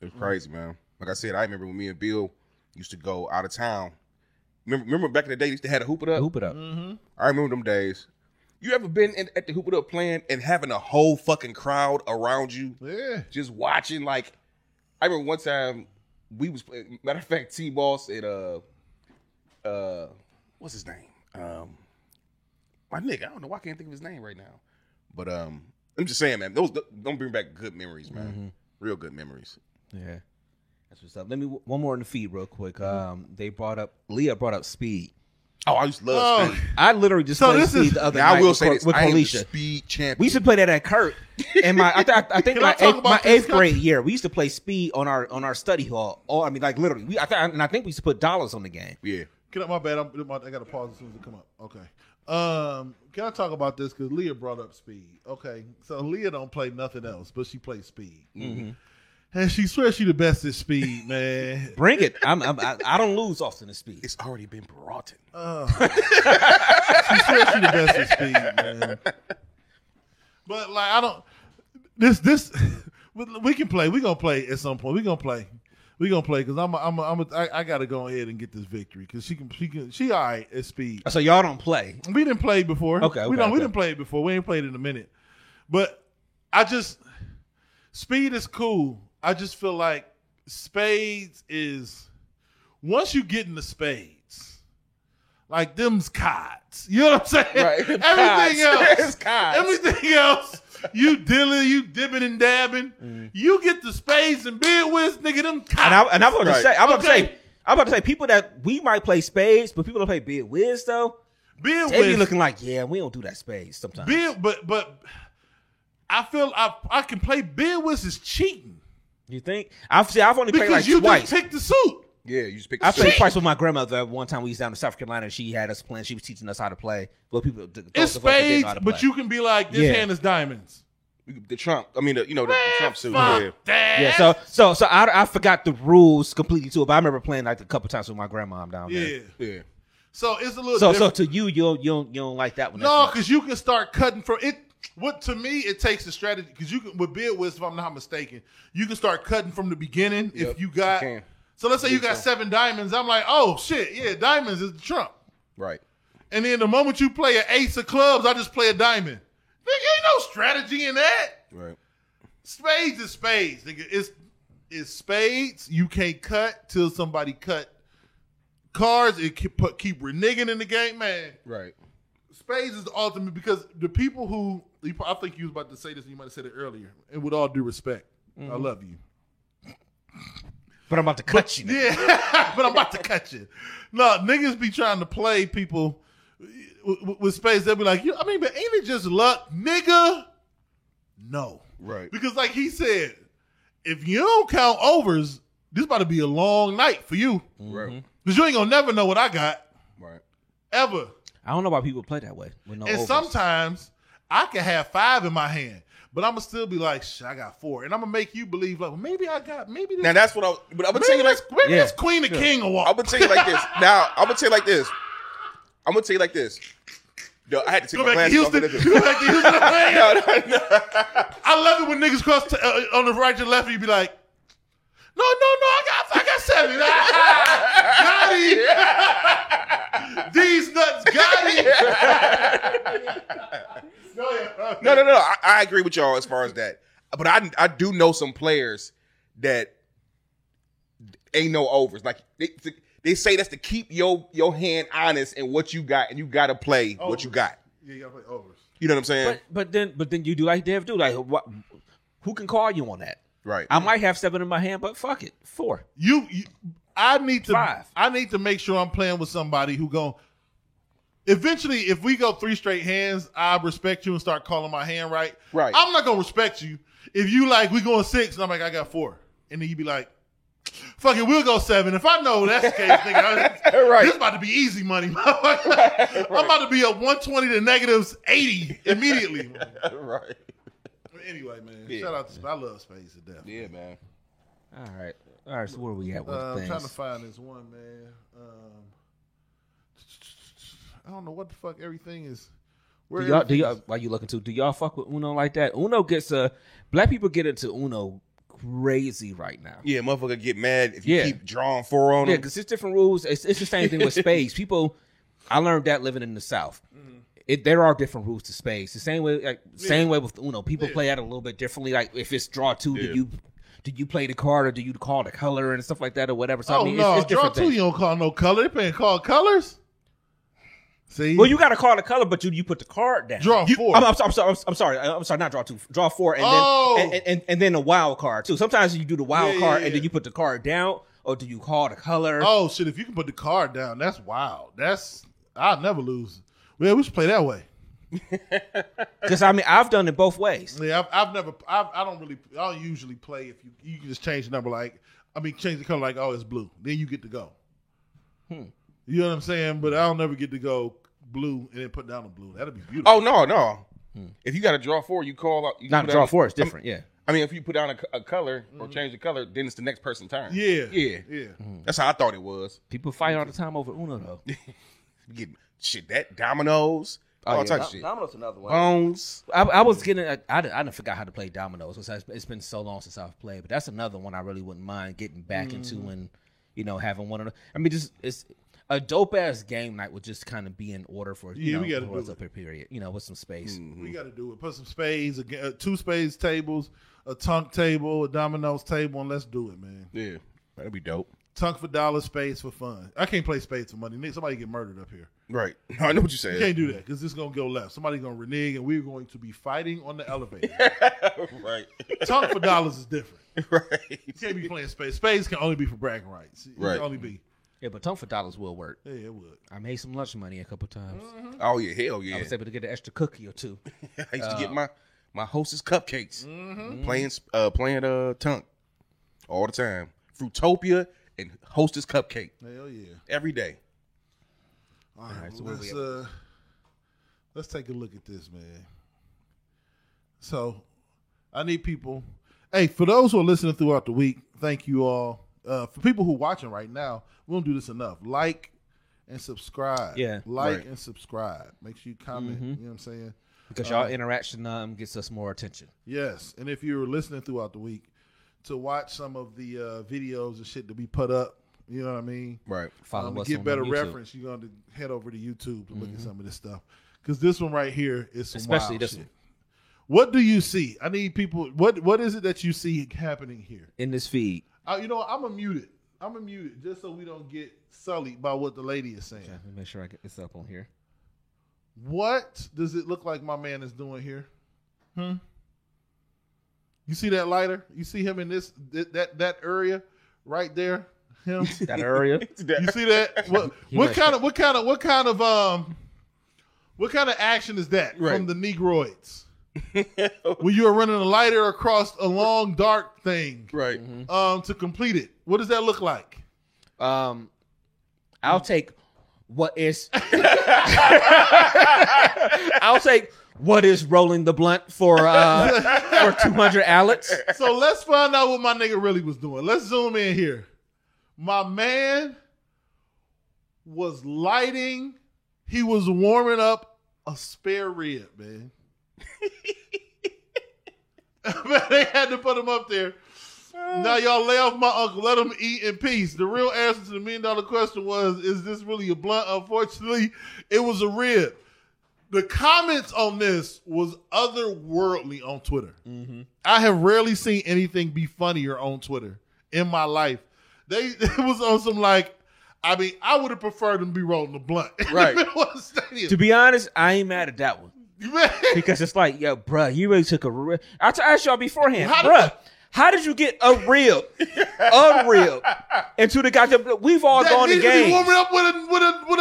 S4: It's crazy, man. Like I said, I remember when me and Bill used to go out of town. Remember, remember back in the day, they used to have a hoop it up.
S2: Hoop it up.
S4: I remember them days. You ever been in, at the hoop it up playing and having a whole fucking crowd around you,
S3: Yeah.
S4: just watching? Like, I remember one time we was playing. Matter of fact, T Boss and uh, uh, what's his name? Um, my nigga, I don't know why I can't think of his name right now. But um, I'm just saying, man, those don't bring back good memories, man.
S2: Mm-hmm.
S4: Real good memories.
S2: Yeah. That's what's up. Let me one more in the feed real quick.
S3: Mm-hmm.
S2: Um, they brought up Leah brought up speed.
S4: Oh, I used to love
S3: Oh,
S4: speed.
S2: I literally just
S3: So
S2: played
S3: this
S2: speed
S3: is-
S2: the other
S4: Now
S2: night
S4: I will
S2: with,
S4: say
S2: Cor-
S4: this:
S2: with
S4: I am the
S2: Carlicia.
S4: speed champion.
S2: We used to play that at Kurt. And my, I, th- I think
S3: Can I
S2: my
S3: talk
S2: eighth,
S3: about
S2: my
S3: this
S2: eighth
S3: guy?
S2: grade year, we used to play speed on our on our study hall. Oh, I mean, like literally, we I th- and I think we used to put dollars on the game.
S4: yeah.
S3: Can I, my bad. I'm, I got to pause as soon as it come up. Okay. Um, can I talk about this? Because Leah brought up speed. Okay. So Leah don't play nothing else, but she plays speed. And she swears she the best at speed, man.
S2: Bring it! I'm, I'm I, I don't lose often in speed.
S4: It's already been brought in.
S2: Uh,
S3: she swears she the best at speed, man. But like, I don't. This this we- we can play. We gonna play at some point. We gonna play. We gonna play because I'm a, I'm a, I'm a, I, I gotta go ahead and get this victory because she can she can she all right at speed.
S2: So y'all don't play.
S3: We didn't play before.
S2: Okay,
S3: we
S2: okay,
S3: don't. We
S2: okay.
S3: didn't play it before. We ain't played in a minute. But I just speed is cool. I just feel like spades is once you get in the spades, like them's cods. You know what I'm saying?
S4: Right.
S3: Everything
S4: Cods.
S3: else,
S4: It's cods.
S3: everything else. You dealing, you dipping and dabbing. You get the spades and bid with nigga them cods.
S2: Mm. And I and I'm about to
S4: Right.
S2: say I'm about to
S3: Okay.
S2: say I'm about to say people that we might play spades, but people that play bid whiz though,
S3: Bid
S2: they be
S3: with-
S2: looking like yeah, we don't do that spades sometimes.
S3: Bill, but but I feel I I can play Bill Witz is cheating
S2: You think? I've see, I've only
S3: because
S2: played like
S3: you
S2: twice.
S3: just picked the suit.
S4: Yeah, you just pick.
S2: I
S4: the
S2: played
S4: suit.
S2: twice with my grandmother. One time we was down in South Carolina, and she had us playing. She was teaching us how to play. Well, people, th- those
S3: It's
S2: of us that didn't know
S3: spades,
S2: how to
S3: but
S2: play.
S3: you can be like this
S2: Yeah.
S3: hand is diamonds.
S4: the Trump. I mean, the, you know, the, the Trump suit.
S3: Fuck
S4: Yeah.
S3: that.
S2: Yeah, so so so I, I forgot the rules completely too. But I remember playing like a couple times with my grandma down there.
S3: yeah.
S4: yeah.
S3: So it's a little
S2: So so
S3: different.
S2: to you, you don't you don't, you don't like that one. as
S3: no,
S2: much.
S3: because you can start cutting from it. What to me it takes a strategy because you can with Bill Witz, if I'm not mistaken, you can start cutting from the beginning
S4: Yep,
S3: if you got.
S4: you can.
S3: so let's say you got seven diamonds. I'm like, oh shit, yeah, diamonds is the trump.
S4: Right.
S3: And then the moment you play an ace of clubs, I just play a diamond. Nigga, ain't no strategy in that.
S4: Right.
S3: Spades is spades, nigga. It's it's spades. You can't cut till somebody cut. Cards, it keep, put, keep reneging in the game, man.
S4: Right.
S3: Spades is the ultimate because the people who you pro- I think you was about to say this, and you might have said it earlier. And with all due respect, I love you.
S2: but I'm about to cut you. nigga.
S3: Yeah, but I'm about to cut you. No, niggas be trying to play people with, with- with spades. They'll be like, you, I mean, but ain't it just luck, nigga? No,
S4: Right.
S3: because like he said, if you don't count overs, this about to be a long night for you.
S4: Right.
S3: Cause you ain't gonna never know what I got
S4: Right.
S3: ever.
S2: I don't know why people play that way. With no
S3: and
S2: overs.
S3: sometimes I can have five in my hand, but I'm gonna still be like, Shit, I got four, and I'm gonna make you believe like, well, maybe I got maybe this.
S4: Now that's what I. was- But I'm gonna tell
S3: maybe
S4: you like.
S3: this, maybe
S2: Yeah.
S3: this queen and king will walk.
S4: I'm gonna tell you like this. Now I'm gonna tell you like this. I'm gonna tell you like this. Yo, I had to take
S3: Go
S4: my
S3: back to
S4: glasses off.
S3: Houston.
S4: and everything.
S3: Go back to Houston.
S4: No, no, no.
S3: I love it when niggas cross t- uh, on the right and left, and you be like, "No, no, no, I got, I got seven. Ah, got him. These nuts got him. Go ahead.
S4: No, no, no. I, I agree with y'all as far as that. But I I do know some players that ain't no overs. Like they they say that's to keep your your hand honest and what you got, and you gotta play what you got.
S3: Yeah, you gotta play overs.
S4: You know what I'm saying?
S2: But but then but then you do like Dev do like what? Who can call you on that?
S4: right.
S2: I might have seven in my hand, but fuck it, four.
S3: You, you I need to,
S2: Five.
S3: I need to make sure I'm playing with somebody who gon' Eventually, if we go three straight hands, I respect you and start calling my hand right.
S4: Right.
S3: I'm not gonna respect you if you like we going six and I'm like I got four, and then you be like, "Fuck it, we'll go seven. If I know that's the case, nigga, I-
S4: Right.
S3: this about to be easy money. motherfucker. I'm about to be up 120 to negatives 80 immediately.
S4: right.
S3: anyway, man,
S4: Yeah.
S3: shout out to I love space to death.
S4: Yeah, man.
S2: All right, all right. So where are we at with
S3: Uh, I'm
S2: things?
S3: trying to find this one, man. Um, I don't know what the fuck everything is. Where
S2: Do y'all, do
S3: everything
S2: y'all,
S3: is-
S2: why you looking to? Do y'all fuck with Uno like that? Uno gets uh, black people get into Uno crazy right now.
S4: Yeah, motherfucker get mad if you
S2: Yeah.
S4: keep drawing four on
S2: Yeah,
S4: them.
S2: because it's different rules. It's, it's the same thing with spades. People, I learned that living in the South.
S3: Mm-hmm.
S2: It, there are different rules to spades. The same way, like, same way with Uno. People play that a little bit differently. Like if it's draw two, do you do you play the card or do you call the color and stuff like that or whatever? So
S3: Oh
S2: I mean,
S3: no,
S2: it's, it's
S3: draw
S2: different.
S3: two. You
S2: things.
S3: don't call no color. They paying call colors. See,
S2: Well, you got to call the color, but you you put the card down.
S3: Draw
S2: You-
S3: four.
S2: I'm, I'm, so- I'm, so- I'm, I'm sorry. I'm sorry. Not draw two. Draw four, and
S3: Oh.
S2: then and, and, and then a wild card too. Sometimes you do the wild
S3: Yeah,
S2: card, and
S3: yeah, yeah.
S2: then you put the card down, or do you call the color?
S3: oh shit! If you can put the card down, that's wild. That's I'll never lose. Well, we should play that way.
S2: Because I mean, I've done it both ways.
S3: Yeah, I've, I've never. I've, I don't really. I don't usually play if you you can just change the number. Like I mean, change the color. Like oh, it's blue. Then you get to go. You know what I'm saying? But I don't never get to go blue and then put down the blue. That'd be beautiful.
S4: oh no, no. If you got to draw four, you call out. You
S2: Not
S4: put
S2: draw
S4: down-
S2: four is different. Yeah.
S4: I mean, if you put down a, co- a color or change the color, then it's the next person's turn.
S3: Mm-hmm. Yeah.
S4: yeah,
S3: Yeah.
S4: That's how I thought it was.
S2: People fight all the time over Uno though.
S4: You get shit that dominoes, all types of shit.
S2: Domino's Oh, another one.
S4: Bones.
S2: I, I was getting I, I, done- I done forgot how to play dominoes because it's been so long since I've played. But that's another one I really wouldn't mind getting back into
S3: Mm.
S2: and you know having one of the. I mean, just it's a dope ass game night would just kind of be in order for you
S3: Yeah,
S2: know,
S3: we gotta
S2: for
S3: do
S2: us
S3: it. Mm-hmm.
S2: up here. Period. You know, with some space.
S3: We got to do it. Put some spades, a, ga- uh, two spades tables, a tunk table, a dominoes table, and let's do it, man.
S4: Yeah, that'd be dope.
S3: Tunk for dollars, spades for fun. I can't play spades for money. Nick, Somebody get murdered up here.
S4: Right. No, I know what you said.
S3: You can't do that because this is gonna go left. Somebody's gonna renege, and we're going to be fighting on the elevator.
S4: right.
S3: Tunk for dollars is different.
S4: right.
S3: You can't be playing spades. Spades can only be for bragging rights. It
S4: Right.
S3: Can only be.
S2: Yeah, but tongue for dollars will work.
S3: Yeah, it would.
S2: I made some
S3: Mm-hmm.
S2: lunch money a couple times.
S4: Oh yeah, hell yeah.
S2: I was able to get an extra cookie or two.
S4: I used to get my my hostess cupcakes,
S2: Mm-hmm.
S4: playing uh, playing uh tunk all the time. Fruitopia and hostess cupcake
S3: Hell yeah.
S4: every day.
S3: All right,
S4: right, so
S3: well,
S4: where we
S3: let's uh, let's take a look at this, man. So, I need people. Hey, for those who are listening throughout the week, thank you all. Uh, for people who are watching right now, we don't do this enough. Like and subscribe.
S2: Yeah.
S3: like
S2: Right.
S3: and subscribe. Make sure you comment.
S2: Mhm.
S3: You know what I'm saying?
S2: Because
S3: Uh,
S2: y'all interaction um, gets us more attention.
S3: Yes, and if you're listening throughout the week, to watch some of the uh, videos and shit that we put up, you know what I mean?
S4: Right.
S2: Follow
S3: um, to
S2: us
S3: get
S2: on
S3: better
S2: YouTube. Mm-hmm.
S3: reference, you're going to head over to YouTube to look at some of this stuff. Because this one right here is some
S2: Especially
S3: wild
S2: this
S3: shit.
S2: one.
S3: What do you see? I need people. What What is it that you see happening here?
S2: In this feed.
S3: Uh, you know, what? I'm gonna mute it. I'm gonna mute it just so we don't get sullied by what the lady is saying.
S2: Let me make sure I get this up on here.
S3: What does it look like my man is doing here? Hmm. You see that lighter? You see him in this th- that that area right there? Him.
S2: That area.
S3: you see that? What
S2: He
S3: what
S2: like
S3: kind of what kind of what kind of um what kind of action is that
S4: Right.
S3: from the Negroids? when you are running a lighter across a long dark thing
S4: Right.
S2: Mm-hmm.
S3: um to complete it. What does that look like?
S2: Um, I'll take what is. I'll take what is rolling the blunt for uh for two hundred Alex.
S3: so let's find out what my nigga really was doing. Let's zoom in here. My man was lighting, he was warming up a spare rib, man. man they had to put him up there. Now y'all lay off my uncle. Let him eat in peace. The real answer to the million dollar question was, is this really a blunt? Unfortunately, it was a rib. The comments on this was otherworldly on Twitter. I have rarely seen anything be funnier on Twitter in my life. They it was on some like, I mean, I would have preferred them be rolling the blunt.
S2: Right. To
S3: to
S2: be honest, I ain't mad at that one
S3: be
S2: because it's like, yo, bruh, you really took a. Re- I t- asked y'all beforehand,
S3: How did-
S2: bruh. How did you get a rib, a rib, into the goddamn? We've all
S3: that
S2: gone to
S3: nigga be
S2: games.
S3: warming up with a with a with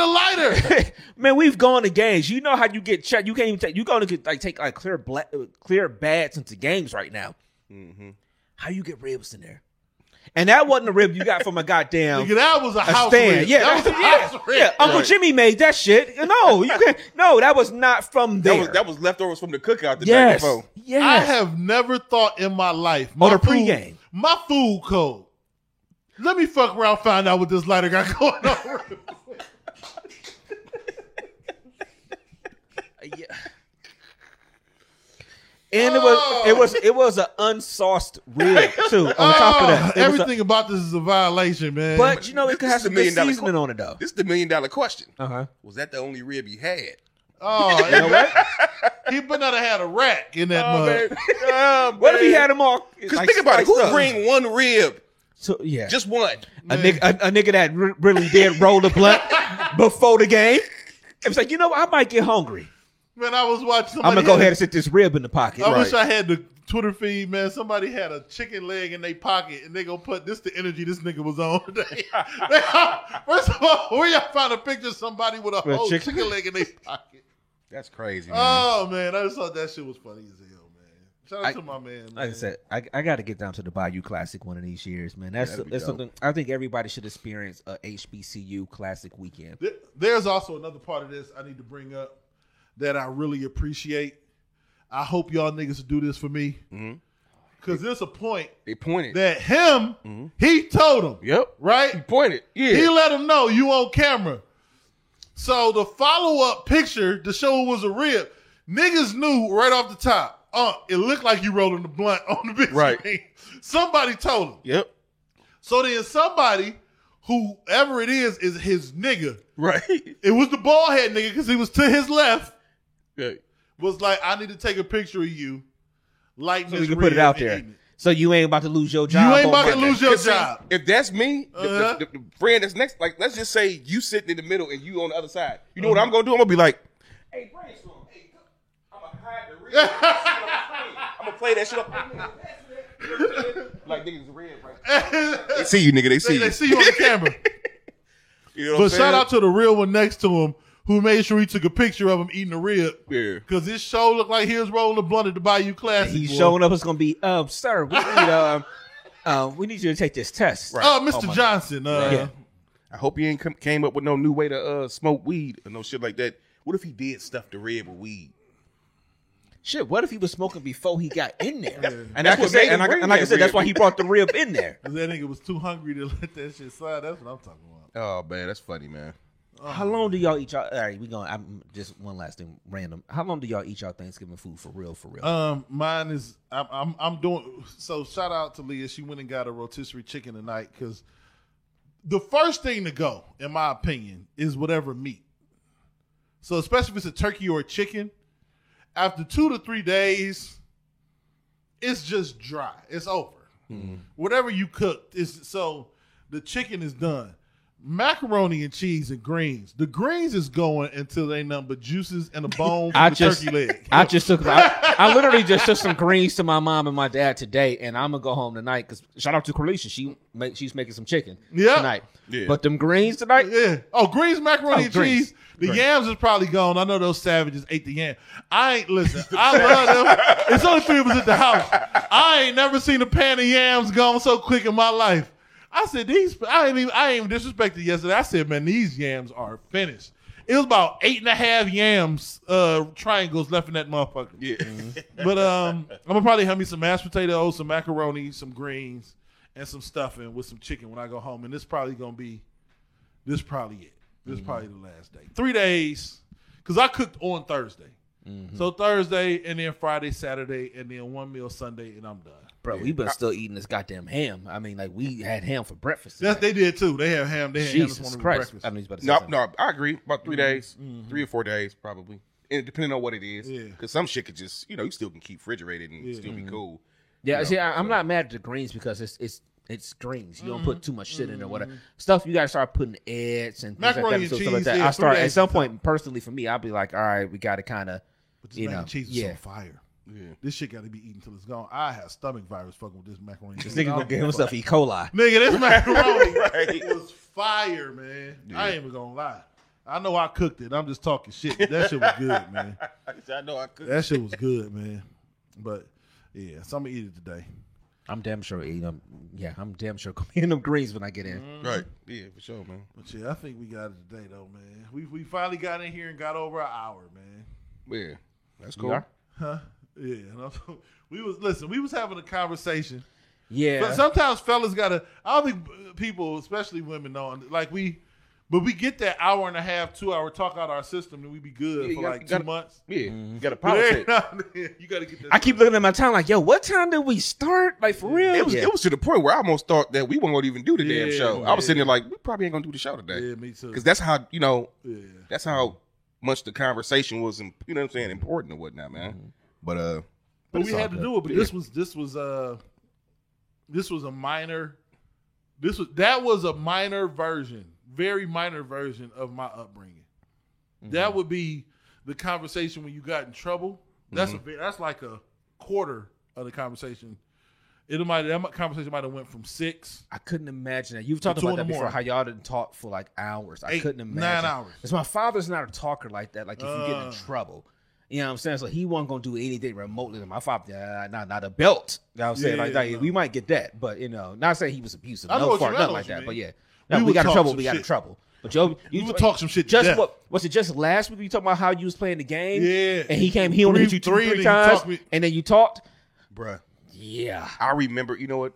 S3: a lighter.
S2: Man, we've gone to games. You know how you get checked. You can't even take. You going to get like take like clear black, clear bats into games right now.
S4: Mm-hmm.
S2: How you get ribs in there? And that wasn't a rib you got from a goddamn
S3: nigga, that was a,
S2: a
S3: house
S2: stand.
S3: rib.
S2: Yeah,
S3: that was a
S2: that's- yeah,
S3: house rib.
S2: yeah. Uncle Jimmy made that shit. No, you can't. No, that was not from there.
S4: That was that was leftovers from the cookout the day
S2: yes,
S4: before.
S2: yes.
S3: I have never thought in my life my
S2: Or the
S3: food-
S2: pregame.
S3: my food code. Let me fuck around, find out what this lighter got going on.
S2: Yeah. And it
S4: Oh.
S2: was it was it was an unsauced rib too. On top of that,
S3: Oh,
S2: It was a-
S3: everything about this is a violation, man.
S2: but you know it could
S4: This
S2: have
S4: is the
S2: some good
S4: million dollar Uh-huh.
S2: seasoning
S4: que-
S2: on it though.
S4: This is the million dollar question.
S2: Uh huh.
S4: Was that the only rib you had?
S3: oh, you know what? He better not have had a rack in that mug.
S4: man. Oh,
S2: What if he
S4: man.
S2: had them all?
S4: Cause think about it. Who
S2: ring?
S4: bring one rib?
S2: So, yeah,
S4: Just one.
S2: a nigga, a, a nigga that re- really did roll the blunt before the game. It was like you know what? I might get hungry.
S3: Man, I was watching.
S2: I'm
S3: Somebody
S2: gonna go
S3: had-
S2: ahead and sit this rib in the pocket.
S3: I wish I had the Twitter feed, man. Somebody had a chicken leg in their pocket, and they gonna put this the energy this nigga was on today. First of all, where y'all find a picture of somebody with a
S2: With
S3: whole
S2: chicken-
S3: chicken, leg in their pocket?
S4: That's crazy.
S3: Oh man, I just thought that shit was funny as hell, man. Shout out
S2: I-
S3: to my man. man.
S2: Like I said, I, I got to get down to the Bayou Classic one of these years, man. That's
S4: That'd be
S2: that's
S4: dope.
S2: something I think everybody should experience a HBCU Classic weekend.
S3: There- There's also another part of this I need to bring up that I really appreciate. I hope y'all niggas do this for me. Cause there's a point
S4: They pointed.
S3: that him, he told him.
S4: yep.
S3: Right?
S4: He pointed. Yeah.
S3: He let him know you on camera. So the follow up picture to show it was a rib, niggas knew right off the top. Uh, it looked like you rolling the blunt on the big
S4: Right.
S3: screen. Somebody told him.
S4: yep.
S3: So then somebody, whoever it is, is his nigga.
S4: Right.
S3: It was the bald head nigga because he was to his left.
S4: Yeah.
S3: Was like, I need to take a picture of you, like
S2: So we can put it out there. So you ain't about to lose your job.
S3: ain't
S2: on
S3: about to
S2: Monday.
S3: lose your
S4: 'Cause see,
S3: job.
S4: if that's me, the-
S3: Uh-huh.
S4: the, the, the friend that's next, like, let's just say you sitting in the middle and you on the other side. You know
S3: Uh-huh.
S4: what I'm gonna do? I'm gonna be like, "Hey, brainstorm. Hey, come- I'ma hide the rib. I'm gonna play that shit up. like niggas red right. now. They see you, nigga. They see
S3: They,
S4: you.
S3: they see you on the camera.
S4: You know what I'm
S3: but shout
S4: saying?
S3: out to the real one next to him who made sure he took a picture of him eating a rib.
S4: Yeah.
S3: Cause this show looked like he was rolling a blunt at the Bayou Classic.
S2: He's
S3: boy.
S2: showing up. It's gonna be, um, sir, we need, um, um, we need you to take this test.
S3: Uh, Mr.
S4: my-
S3: Johnson. Uh,
S4: Yeah. I hope he ain't come, came up with no new way to uh, smoke weed or no shit like that. What if he did stuff the rib with weed?
S2: Shit, what if he was smoking before he got in there? And
S4: That's
S2: that's
S4: what
S2: what I said,
S4: made him
S2: and, I,
S4: bring
S2: and like I
S4: that
S2: said, that's
S4: rib.
S2: why he brought the rib in there.
S3: Cause that nigga was too hungry to let that shit slide. That's what I'm talking about.
S4: Oh man, that's funny, man.
S2: How long do y'all eat y'all? All right, we going. I'm just one last thing, random. How long do y'all eat y'all Thanksgiving food for real? For real?
S3: Um, mine is I'm I'm, I'm doing so. Shout out to Leah. She went and got a rotisserie chicken tonight because the first thing to go, in my opinion, is whatever meat. So especially if it's a turkey or a chicken, after two to three days, it's just dry. It's over.
S10: Mm-hmm.
S3: Whatever you cooked is so the chicken is done. Macaroni and cheese and greens. The greens is going until they nothing but juices and a bone from
S10: I
S3: the
S10: just,
S3: turkey leg.
S10: I just took, I, I literally just took some greens to my mom and my dad today, and I'm gonna go home tonight. Cause shout out to Carlicia, she make, she's making some chicken
S3: Yeah.
S10: tonight.
S4: Yeah.
S10: But them greens tonight,
S3: yeah. Oh, greens, macaroni
S10: Oh,
S3: and
S10: greens.
S3: cheese. The
S10: Greens.
S3: yams is probably gone. I know those savages ate the yam. I ain't listen. I love them. It's only three of us at the house. I ain't never seen a pan of yams gone so quick in my life. I said these. I ain't even. I ain't even disrespected yesterday. I said, man, these yams are finished. It was about eight and a half yams, uh, triangles left in that motherfucker.
S4: Yeah.
S3: But um, I'm gonna probably have me some mashed potatoes, some macaroni, some greens, and some stuffing with some chicken when I go home. And this probably gonna be, this probably it. This probably the last day. Three days, cause I cooked on Thursday. So Thursday and then Friday, Saturday, and then one meal Sunday, and I'm done.
S2: Bro, we've been still eating this goddamn ham. I mean, like we had ham for breakfast.
S3: That's, they did too. They have ham. They had ham this
S2: Jesus
S3: morning for
S2: Christ!
S3: breakfast.
S2: I mean, he's about to say
S4: No,
S2: something.
S4: no, I agree. About 3 days, three or four days, probably, and depending on what it is.
S3: Yeah.
S4: Because some shit could just, you know, you still can keep refrigerated and
S3: Yeah.
S4: still be
S2: Mhm.
S4: cool.
S2: Yeah,
S4: you
S2: see,
S4: know,
S2: I, I'm not mad at the greens because it's it's it's greens. You don't put too much shit in or whatever stuff. You gotta start putting eggs and things
S3: Macaroni
S2: like that.
S3: and
S2: so stuff like
S3: cheese,
S2: that.
S3: yeah,
S2: I start
S3: three
S2: at some
S3: eggs.
S2: point personally for me. I'll be like, all right, we gotta kind of,
S3: But this
S2: you
S3: mac
S2: know,
S3: and cheese is
S2: yeah.
S3: on fire.
S4: Yeah.
S3: This shit got to be eaten till it's gone. I have stomach virus fucking with this macaroni. and
S2: This nigga
S3: cheese. I
S2: gonna
S3: don't
S2: get
S3: give a
S2: himself
S3: fuck.
S2: E. coli.
S3: Nigga, this macaroni
S4: Right.
S3: was fire, man. I ain't even gonna lie. I know I cooked it. I'm just talking shit. but That shit was good, man.
S4: I know I could.
S3: That shit was good, man. But yeah, so I'm gonna eat it today.
S2: I'm damn sure eating them. Yeah, I'm damn sure gonna be in them greens when I get in.
S4: Right. Yeah, for sure, man.
S3: But yeah, I think we got it today though, man. We we finally got in here and got over an hour, man.
S4: Yeah. That's
S2: You
S4: cool.
S2: are?
S3: Huh? Yeah. and I'm- we was listen. We was having a conversation.
S2: Yeah,
S3: But sometimes fellas gotta. I don't think people, especially women, know. Like we, but we get that hour and a half, two hour talk out our system, and we be good
S4: Yeah,
S3: for
S4: you gotta-
S3: like 2
S4: gotta-
S3: months.
S4: Mm-hmm. Yeah. You got a
S3: But
S4: power
S3: every
S4: take.
S3: now and then, you gotta get that.
S2: I keep looking at my time like, yo, what time did we start? Like for real?
S4: It was,
S2: Yeah.
S4: it was to the point where I almost thought that we weren't going to even do the damn
S3: Yeah,
S4: show. I was
S3: yeah.
S4: sitting there like, we probably ain't going to do the show
S3: Yeah,
S4: today.
S3: me too.
S4: Because that's how, you know,
S3: Yeah.
S4: that's how much the conversation was, im- you know what I'm saying, important and whatnot, man. But, uh,
S3: But we
S4: it's all
S3: had to
S4: good.
S3: do it. But
S4: Yeah.
S3: this was this was uh this was a minor. This was that was a minor version, very minor version of my upbringing.
S4: Mm-hmm.
S3: That would be the conversation when you got in trouble. That's
S4: Mm-hmm.
S3: a ve- that's like a quarter of the conversation. It might that might- conversation might have went from six.
S2: I couldn't imagine that. You've talked
S3: Two in
S2: about that
S3: the
S2: before.
S3: morning.
S2: How y'all didn't talk for like hours. I
S3: Eight,
S2: couldn't
S3: nine
S2: imagine.
S3: hours.
S2: Because my father's not a talker like that. Like if you get in
S3: Uh.
S2: trouble, you know what I'm saying. So he wasn't gonna do anything remotely. to my father, nah, nah, not a belt. You know what I'm saying
S3: Yeah,
S2: like, like,
S3: no.
S2: we might get that, but you know, not saying he was abusive.
S3: I know
S2: No
S3: what
S2: far,
S3: you- I know
S2: nothing
S3: what
S2: like
S3: you
S2: that.
S3: mean.
S2: But yeah,
S3: We
S2: no, we,
S3: would
S2: got in
S3: talk
S2: trouble.
S3: some
S2: We got in
S3: shit.
S2: trouble. But yo, you
S3: We would talk some shit to
S2: Just
S3: death.
S2: what was it? Just last week you talking about how you was playing the game.
S3: Yeah.
S2: and he came. He only hit
S3: Three-
S2: you two,
S3: three,
S2: three,
S3: and then you
S2: times,
S3: talked me-
S2: and then you talked.
S4: Bruh.
S2: Yeah,
S4: I remember, you know what?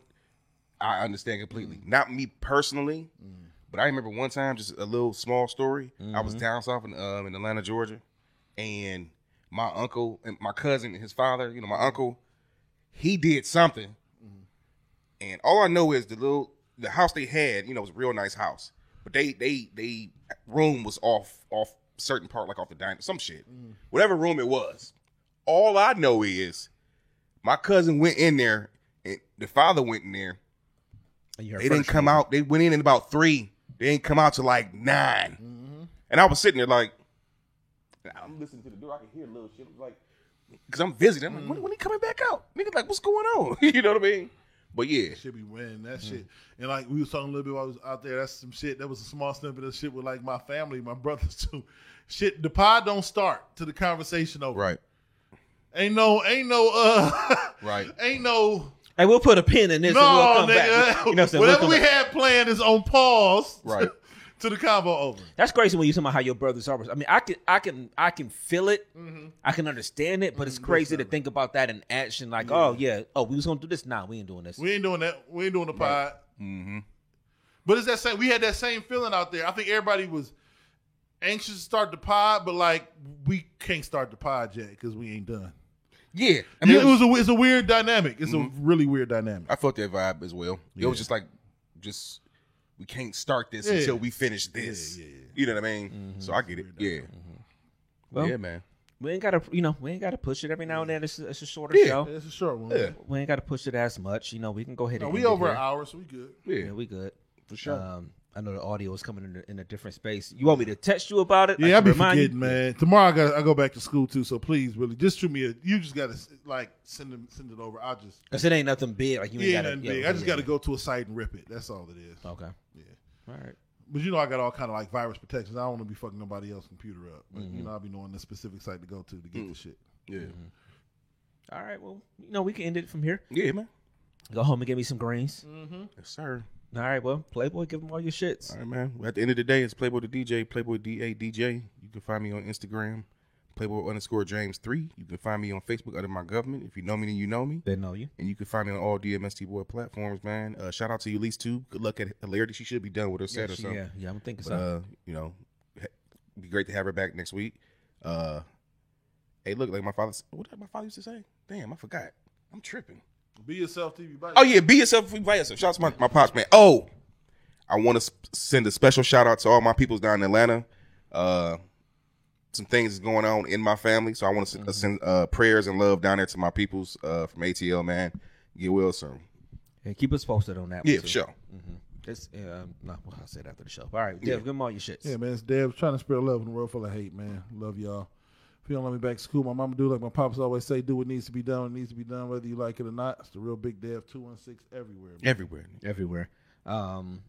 S4: I understand completely. Not me personally, but I remember one time, just a little small story. I was down south in, um, in Atlanta, Georgia, and my uncle and my cousin and his father, you know, my uncle, he did something. And all I know is the little the house they had, you know, was a real nice house, but they they they room was off off certain part, like off the dining, some shit, whatever room it was. All I know is my cousin went in there, and the father went in there.
S2: And you heard
S4: They didn't
S2: first.
S4: come out. They went in at about three. They didn't come out till like 9 And I was sitting there like, and I'm listening to the door. I can hear a little shit. Like, because I'm visiting. I'm like, when, when he coming back out? Nigga, like, what's going on? you know what I mean? But yeah,
S3: Should be winning that
S2: Mm-hmm.
S3: shit. And like we was talking a little bit while I was out there, that's some shit. That was a small snippet of shit with like my family, my brothers too. Shit, the pod don't start to the conversation over.
S4: Right.
S3: Ain't no, ain't no, uh,
S4: right.
S3: Ain't no.
S2: Hey, we'll put a pin in this.
S3: No,
S2: and we'll come
S3: nigga.
S2: back. You know what I'm saying?
S3: Whatever
S2: We'll come
S3: we
S2: back.
S3: had planned is on pause.
S4: Right.
S3: To the combo over.
S2: That's crazy when you talk about how your brothers are. I mean, I can, I can, I can feel it.
S3: Mm-hmm.
S2: I can understand it, but it's crazy to think about that in action. Like,
S3: Yeah.
S2: oh yeah, oh we was gonna do this. Nah, we ain't doing this.
S3: We ain't doing that. We ain't doing the pod.
S4: Mm-hmm.
S3: But it's that same. We had that same feeling out there. I think everybody was anxious to start the pod, but like we can't start the pod yet because we ain't done.
S4: Yeah,
S3: I mean, it was a it's a weird dynamic. It's a really weird dynamic.
S4: I felt that vibe as well. It
S3: Yeah.
S4: was just like, just we can't start this
S3: Yeah. Mm-hmm.
S4: until we finish this. You know what I mean? So I get it. Yeah.
S2: Well,
S4: yeah, man.
S2: We ain't gotta, you know, we ain't gotta push it every now and then. It's, it's a shorter
S4: Yeah.
S2: show.
S3: It's a short one.
S4: Yeah.
S2: We ain't gotta push it as much. You know, we can go ahead.
S3: No,
S2: and
S3: we
S2: end it
S3: over an
S2: here.
S3: hour, so we good.
S4: Yeah.
S2: Yeah, we good for
S3: sure.
S2: Um, I know the audio is coming in a, in a different space. You want me to text you about it? I
S3: Yeah, I
S2: can
S3: be
S2: remind you?
S3: forgetting, man. Tomorrow I got I go back to school too, so please, really, just shoot me a. You just gotta like send them send it over. I'll just.
S2: Cause it ain't nothing big. Like you ain't
S3: yeah,
S2: gotta,
S3: nothing
S2: yeah,
S3: big.
S2: yeah, Oh.
S3: I just
S2: yeah.
S3: got to go to a site and rip it. That's all it is.
S2: Okay.
S3: Yeah.
S2: All right.
S3: But you know, I got all kind of like virus protections. I don't want to be fucking nobody else's computer up. But, You
S2: Mhm.
S3: know, I'll be knowing the specific site to go to to get the shit.
S4: Yeah.
S2: Mm-hmm. All right. Well, you know, we can end it from here.
S4: Yeah, man.
S2: Go home and get me some greens.
S4: Yes, sir.
S2: All right. Well, Playboy, give them all your shits.
S4: All right, man. Well, at the end of the day, it's Playboy the DJ, Playboy D A DJ. You can find me on Instagram, Playboy underscore James three. You can find me on Facebook under my government. If you know me, then you know me.
S2: They know you.
S4: And you can find me on all DMST boy platforms, man. Uh, shout out to Elise too. Good luck at hilarity. She should be done with her set or
S2: she-
S4: something.
S2: yeah, yeah, I'm thinking
S4: But,
S2: so.
S4: Uh, you know, he- be great to have her back next week. Uh, hey, look, like my father. s- What did my father used to say? Damn, I forgot. I'm tripping.
S3: Be yourself, TV. Body.
S4: Oh yeah, be yourself by yourself. Shout out to my, my pops, man. Oh, I want to sp- send a special shout out to all my peoples down in Atlanta. Uh, some things is going on in my family, so I want to send uh, prayers and love down there to my peoples uh, from ATL, man. Get well soon.
S2: Yeah, keep us posted on that.
S4: Yeah,
S2: one,
S4: for
S2: too.
S4: sure.
S2: Mhm. This, yeah, um, no, well, I'll say it after the show. All right, Dev, give them all your shits.
S3: Yeah, man, it's Deb trying to spread love in a world full of hate, man. Love y'all. If you don't let me back to school, my mama do like my pops always say, do what needs to be done, what needs to be done, whether you like it or not. It's the real big Dev 216 everywhere. Man.
S4: Everywhere.
S2: Everywhere. Um,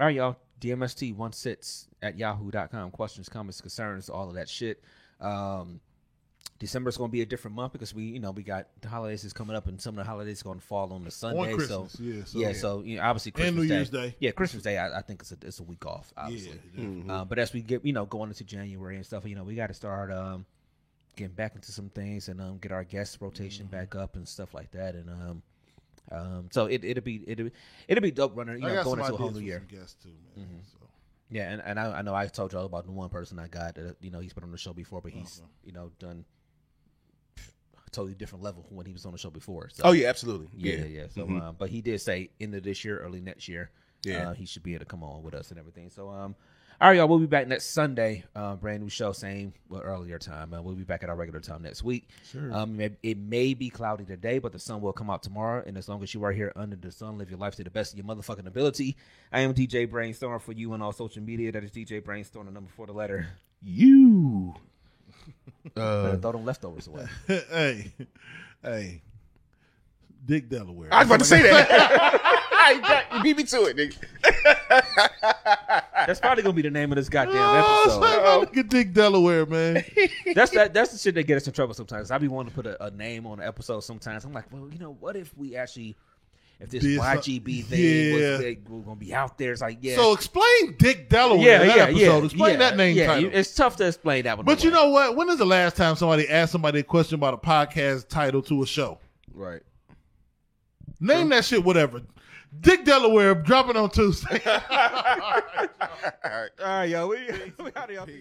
S2: all right, y'all. DMST one sits at yahoo.com. Questions, comments, concerns, all of that shit. Um, December is going to be a different month because we, you know, we got the holidays is coming up, and some of the holidays going to fall on the Sunday.
S3: Christmas,
S2: so
S3: yeah, so-
S2: yeah, so you know, obviously
S3: And
S2: Christmas
S3: New Year's Day.
S2: Yeah, Christmas Day. I, I think it's a it's a week off. Obviously,
S3: definitely.
S2: Uh, but as we get, you know, going into January and stuff, you know, we got to start um, getting back into some things and um, get our guest rotation
S3: Mm-hmm.
S2: back up and stuff like that. And um, um, so it it'll be it'll be, it'll be dope running. You
S3: I
S2: know,
S3: got
S2: going
S3: some
S2: into a whole
S3: ideas
S2: new
S3: for
S2: year.
S3: some guests too, man. So.
S2: Yeah, and, and I, I know I told y'all about the one person I got. Uh, you know, he's been on the show before, but he's
S3: Uh-huh.
S2: you know done a totally different level from when he was on the show before. So.
S4: Oh, yeah, absolutely.
S2: Yeah,
S4: Yeah.
S2: yeah. So,
S4: Mhm.
S2: uh, but he did say end of this year, early next year.
S4: Yeah.
S2: uh, he should be able to come on with us and everything. So, um, all right, y'all, we'll be back next Sunday. Uh, brand new show, same well, earlier time. Uh, we'll be back at our regular time next week.
S4: Sure.
S2: Um, it may, it may be cloudy today, but the sun will come out tomorrow. And as long as you are here under the sun, live your life to the best of your motherfucking ability. I am DJ Brainstorm for you on all social media. That is DJ Brainstorm, the number for the letter.
S4: You.
S2: Better
S4: Uh,
S2: throw them leftovers away.
S3: hey, hey, Dick Delaware.
S4: I was about to say that. you beat me to it, nigga.
S2: That's probably gonna be the name of this goddamn
S3: Oh,
S2: episode.
S3: so look at Dick Delaware, man.
S2: that's that. That's the shit that get us in trouble sometimes. I be wanting to put a, a name on an episode sometimes. I'm like, well, you know, what if we actually, if this
S3: This- uh,
S2: YGB thing
S3: yeah.
S2: was big, we're gonna be out there. It's like, yeah,
S3: So explain Dick Delaware.
S2: yeah,
S3: that
S2: yeah,
S3: episode.
S2: yeah,
S3: explain
S2: yeah,
S3: that name
S2: yeah.
S3: title.
S2: You- It's tough to explain that one.
S3: but you
S2: away.
S3: know what? When is the last time somebody asked somebody a question about a podcast title to a show?
S4: Right.
S3: Name that shit whatever. Dick Delaware dropping on Tuesday.
S4: All right.
S2: all right, yo, we, we out of y'all.